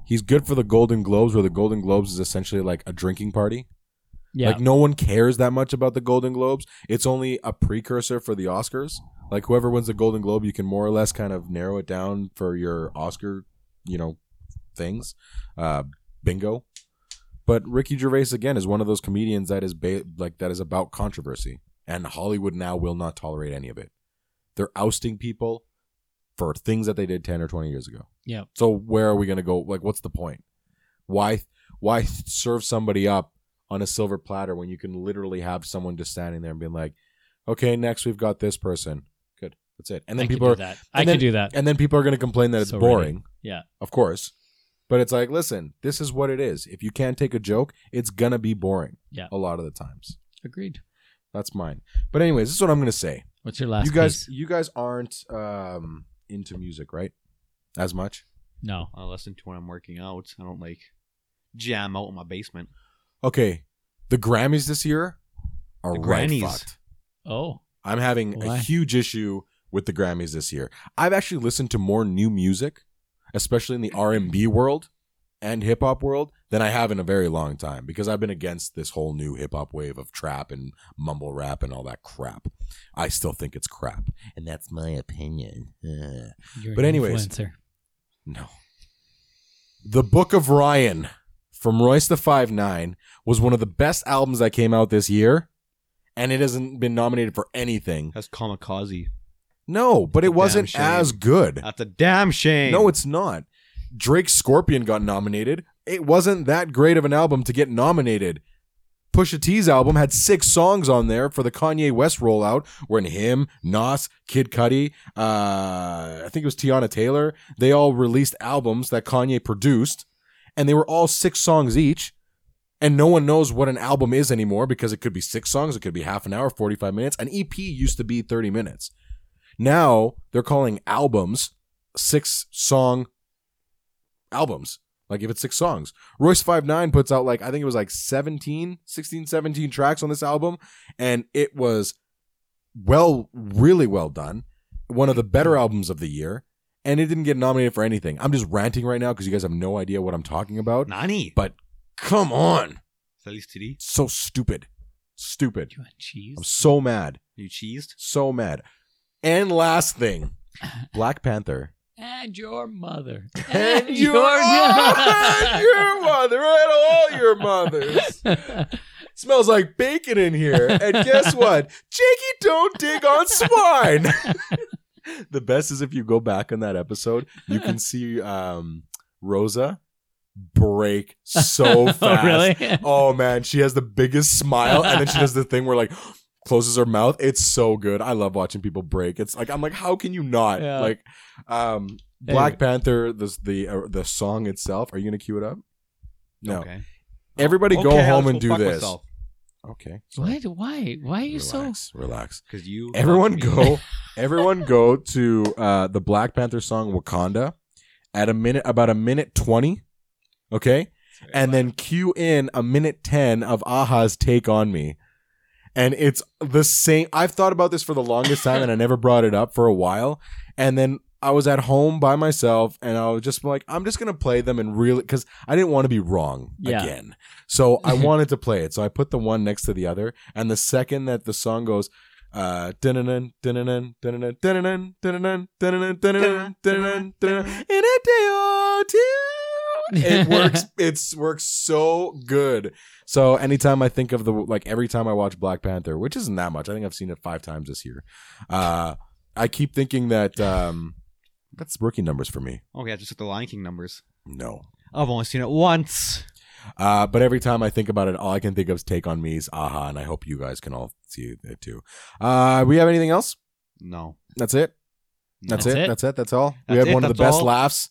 [SPEAKER 3] he's good for the Golden Globes, where the Golden Globes is essentially like a drinking party.
[SPEAKER 1] yeah.
[SPEAKER 3] Like no one cares that much about the Golden Globes. It's only a precursor for the Oscars. Like whoever wins the Golden Globe, you can more or less kind of narrow it down for your Oscar, you know, things. Uh, bingo. But Ricky Gervais again is one of those comedians that is ba- like that is about controversy, and Hollywood now will not tolerate any of it. They're ousting people for things that they did ten or twenty years ago.
[SPEAKER 1] Yeah.
[SPEAKER 3] So where are we going to go? Like, what's the point? Why why serve somebody up on a silver platter when you can literally have someone just standing there and being like, okay, next we've got this person. Good, that's it. And then
[SPEAKER 1] I
[SPEAKER 3] people
[SPEAKER 1] could
[SPEAKER 3] are
[SPEAKER 1] do that. I
[SPEAKER 3] and then-
[SPEAKER 1] could do that.
[SPEAKER 3] and then people are going to complain that it's
[SPEAKER 1] So
[SPEAKER 3] boring.
[SPEAKER 1] Yeah.
[SPEAKER 3] Of course. But it's like, listen, this is what it is. If you can't take a joke, it's going to be boring.
[SPEAKER 1] Yeah.
[SPEAKER 3] A lot of the times.
[SPEAKER 1] Agreed.
[SPEAKER 3] That's mine. But anyways, this is what I'm going to say.
[SPEAKER 1] What's your last
[SPEAKER 3] you guys
[SPEAKER 1] piece?
[SPEAKER 3] you guys aren't um into music, right? As much?
[SPEAKER 1] No.
[SPEAKER 2] I listen to when I'm working out. I don't like jam out in my basement.
[SPEAKER 3] Okay. The Grammys this year are
[SPEAKER 2] The
[SPEAKER 3] right
[SPEAKER 2] Grammys.
[SPEAKER 3] fucked.
[SPEAKER 1] Oh.
[SPEAKER 3] I'm having a
[SPEAKER 1] Why?
[SPEAKER 3] huge issue with the Grammys this year. I've actually listened to more new music, especially in the R&B world and hip hop world than I have in a very long time because I've been against this whole new hip hop wave of trap and mumble rap and all that crap. I still think it's crap, and that's my opinion. Ugh.
[SPEAKER 1] You're
[SPEAKER 3] But
[SPEAKER 1] an
[SPEAKER 3] anyways.
[SPEAKER 1] influencer.
[SPEAKER 3] No. The Book of Ryan from Royce the Five Nine was one of the best albums that came out this year, and it hasn't been nominated for anything.
[SPEAKER 2] That's kamikaze.
[SPEAKER 3] No, but it
[SPEAKER 2] Damn
[SPEAKER 3] wasn't
[SPEAKER 2] shame.
[SPEAKER 3] as good.
[SPEAKER 2] That's a damn shame.
[SPEAKER 3] No, it's not. Drake's Scorpion got nominated. It wasn't that great of an album to get nominated. Pusha T's album had six songs on there for the Kanye West rollout, when him, Nas, Kid Cudi, uh, I think it was Tiana Taylor, they all released albums that Kanye produced, and they were all six songs each. And no one knows what an album is anymore because it could be six songs, it could be half an hour, 45 minutes. An EP used to be 30 minutes. Now they're calling albums six song albums. Like if it's six songs. Royce Five Nine puts out like I think it was like 17, 16, 17 tracks on this album and it was well really well done. One of the better albums of the year and it didn't get nominated for anything. I'm just ranting right now cuz you guys have no idea what I'm talking about.
[SPEAKER 2] Nani.
[SPEAKER 3] But come on.
[SPEAKER 2] At least today.
[SPEAKER 3] It's so stupid. Stupid.
[SPEAKER 1] You want cheese?
[SPEAKER 3] I'm so mad.
[SPEAKER 2] You cheesed.
[SPEAKER 3] So mad. And last thing, Black Panther
[SPEAKER 1] And your mother.
[SPEAKER 3] and your, and your mother and all your mothers.
[SPEAKER 1] Oh,
[SPEAKER 3] Smells like bacon in here. And guess what? Jakey don't dig on swine. the best is if you go back in that episode, you can see um, Rosa break so fast.
[SPEAKER 1] Oh, really?
[SPEAKER 3] Oh man, she has the biggest smile, and then she does the thing where like closes her mouth. It's so good. I love watching people break. It's like I'm like, how can you not
[SPEAKER 1] Yeah.
[SPEAKER 3] like? Um,
[SPEAKER 1] Anyway.
[SPEAKER 3] Black Panther, the the uh, the song itself. Are you gonna cue it up? No.
[SPEAKER 2] Okay.
[SPEAKER 3] Everybody, go
[SPEAKER 2] Okay, Alex,
[SPEAKER 3] home
[SPEAKER 2] go
[SPEAKER 3] and do
[SPEAKER 2] fuck
[SPEAKER 3] this.
[SPEAKER 2] myself.
[SPEAKER 3] Okay.
[SPEAKER 1] What? Why? Why are you so?
[SPEAKER 3] relax, relax.
[SPEAKER 2] Cause you.
[SPEAKER 3] Everyone
[SPEAKER 2] fucked me.
[SPEAKER 3] go. everyone go to uh, the Black Panther song Wakanda at a minute, about a minute twenty. Okay, and then cue in a minute 10 of Aha's Take on Me. And it's the same. I've thought about this for the longest time and I never brought it up for a while. And then I was at home by myself and I was just like, I'm just going to play them and really, because I didn't want to be wrong
[SPEAKER 1] Yeah.
[SPEAKER 3] again. So I wanted to play it. So I put the one next to the other. And the second that the song goes, uh, dun-dun-dun, dun-dun-dun, dun-dun-dun, dun-dun-dun, dun-dun-dun, dun-dun-dun, dun-dun-dun, dun-dun-dun, dun-dun-dun, in a day or two it works it's works so good so anytime i think of the like every time i watch black panther which isn't that much i think i've seen it five times this year uh i keep thinking that um that's rookie numbers for me
[SPEAKER 2] Oh yeah, just like the Lion King numbers.
[SPEAKER 3] no
[SPEAKER 2] I've only seen it once.
[SPEAKER 3] uh but every time i think about it all i can think of is take on me's aha and i hope you guys can all see it too uh we have anything else
[SPEAKER 2] No.
[SPEAKER 3] that's it
[SPEAKER 2] No.
[SPEAKER 3] that's,
[SPEAKER 1] That's
[SPEAKER 3] it.
[SPEAKER 1] it.
[SPEAKER 3] that's it that's all we
[SPEAKER 2] That's
[SPEAKER 3] have
[SPEAKER 2] it,
[SPEAKER 3] one of the
[SPEAKER 2] that's
[SPEAKER 3] best
[SPEAKER 2] all.
[SPEAKER 3] laughs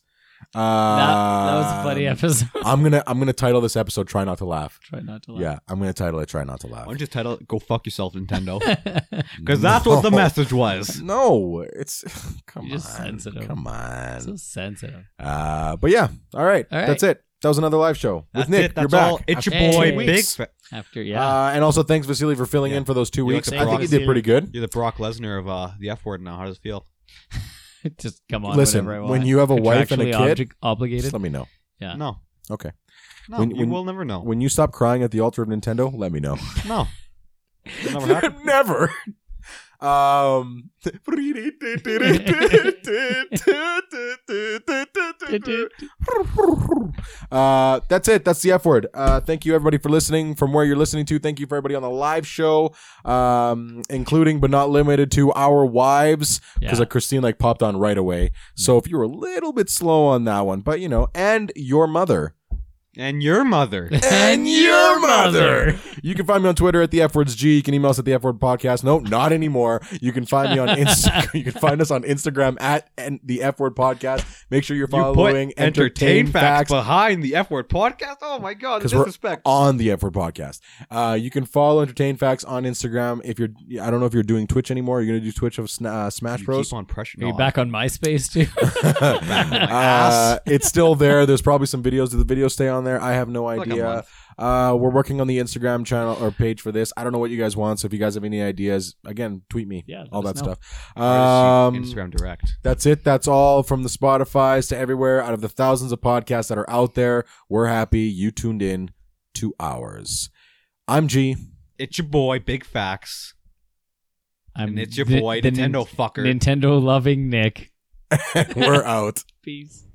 [SPEAKER 3] uh
[SPEAKER 1] That, that was a funny
[SPEAKER 3] Um,
[SPEAKER 1] episode.
[SPEAKER 3] i'm gonna i'm gonna title this episode try not to laugh
[SPEAKER 1] Try not to laugh.
[SPEAKER 3] Yeah, I'm gonna title it "Try Not to
[SPEAKER 2] Why
[SPEAKER 3] Laugh."
[SPEAKER 2] don't you just title it, "Go Fuck Yourself, Nintendo"?
[SPEAKER 1] Yeah.
[SPEAKER 2] Because that's what the
[SPEAKER 3] No.
[SPEAKER 2] message was.
[SPEAKER 3] No, it's come
[SPEAKER 1] You're just
[SPEAKER 3] on,
[SPEAKER 1] sensitive.
[SPEAKER 3] come on.
[SPEAKER 1] so sensitive.
[SPEAKER 3] Uh, but yeah, all right,
[SPEAKER 1] All right.
[SPEAKER 3] that's it. That was another live show
[SPEAKER 2] That's
[SPEAKER 3] with Nick.
[SPEAKER 2] it. That's
[SPEAKER 3] You're back.
[SPEAKER 2] all. It's your
[SPEAKER 1] After
[SPEAKER 2] boy,
[SPEAKER 1] two
[SPEAKER 2] Big.
[SPEAKER 1] weeks.
[SPEAKER 2] Fa-
[SPEAKER 1] After yeah.
[SPEAKER 3] Uh, and also thanks Vasily for filling
[SPEAKER 2] Yeah.
[SPEAKER 3] in for those two
[SPEAKER 2] You
[SPEAKER 3] weeks.
[SPEAKER 2] like
[SPEAKER 3] I
[SPEAKER 2] the
[SPEAKER 3] think you did
[SPEAKER 1] Vasily?
[SPEAKER 3] pretty good.
[SPEAKER 2] You're the Brock Lesnar of uh, the F word now. How does it feel?
[SPEAKER 1] Just come on.
[SPEAKER 3] Uh, Listen,
[SPEAKER 1] whenever I
[SPEAKER 3] when
[SPEAKER 1] want.
[SPEAKER 3] you have a wife and a
[SPEAKER 1] Contractually
[SPEAKER 3] kid,
[SPEAKER 1] oblig- obligated.
[SPEAKER 3] just let me know.
[SPEAKER 1] Yeah.
[SPEAKER 2] No.
[SPEAKER 3] Okay.
[SPEAKER 2] No,
[SPEAKER 3] When-
[SPEAKER 2] you
[SPEAKER 3] when-
[SPEAKER 2] will never know.
[SPEAKER 3] When you stop crying at the altar of Nintendo, let me know.
[SPEAKER 2] no. It'll never happen.
[SPEAKER 3] Never. Um, uh, that's it. That's the F word. Uh, thank you everybody for listening from where you're listening to. Thank you for everybody on the live show, um, including but not limited to our wives because
[SPEAKER 1] Yeah.
[SPEAKER 3] Christine like popped on right away. So if you were a little bit slow on that one, but you know, and your mother.
[SPEAKER 2] And your mother.
[SPEAKER 3] And your mother. You can find me on Twitter at the F words G. You can email us at the F word podcast. No, not anymore. You can find me on Instagram. you can find us on Instagram at and the F word podcast. Make sure you're
[SPEAKER 2] You put
[SPEAKER 3] following entertain facts
[SPEAKER 2] behind the F word podcast. Oh my god, the
[SPEAKER 3] 'Cause we're
[SPEAKER 2] disrespect.
[SPEAKER 3] on the F word podcast. Uh, you can follow entertain facts on Instagram. If you're, I don't know if you're doing Twitch anymore. You're gonna do Twitch of Sna- uh, Smash
[SPEAKER 2] You
[SPEAKER 3] Bros.
[SPEAKER 2] keep on pressure.
[SPEAKER 1] Are you
[SPEAKER 2] No,
[SPEAKER 1] back on MySpace too?
[SPEAKER 2] I'm back on my
[SPEAKER 3] Uh, it's still there. There's probably some videos. Do the videos stay on there. I have no
[SPEAKER 2] Like a
[SPEAKER 3] idea.
[SPEAKER 2] month.
[SPEAKER 3] uh, we're working on the Instagram channel or page for this. I don't know what you guys want. So if you guys have any ideas, again, tweet me.
[SPEAKER 1] Yeah, let
[SPEAKER 3] all
[SPEAKER 1] us
[SPEAKER 3] that
[SPEAKER 1] know.
[SPEAKER 3] stuff.
[SPEAKER 2] Or
[SPEAKER 3] Um,
[SPEAKER 2] just Instagram direct.
[SPEAKER 3] That's it. That's all from the Spotify's to everywhere. Out of the thousands of podcasts that are out there, we're happy you tuned in to ours. I'm G.
[SPEAKER 2] It's your boy, Big Facts.
[SPEAKER 1] I'm
[SPEAKER 2] and it's your
[SPEAKER 1] the-
[SPEAKER 2] boy,
[SPEAKER 1] the nin-
[SPEAKER 2] Nintendo fucker.
[SPEAKER 1] Nintendo loving Nick.
[SPEAKER 3] we're out.
[SPEAKER 1] Peace.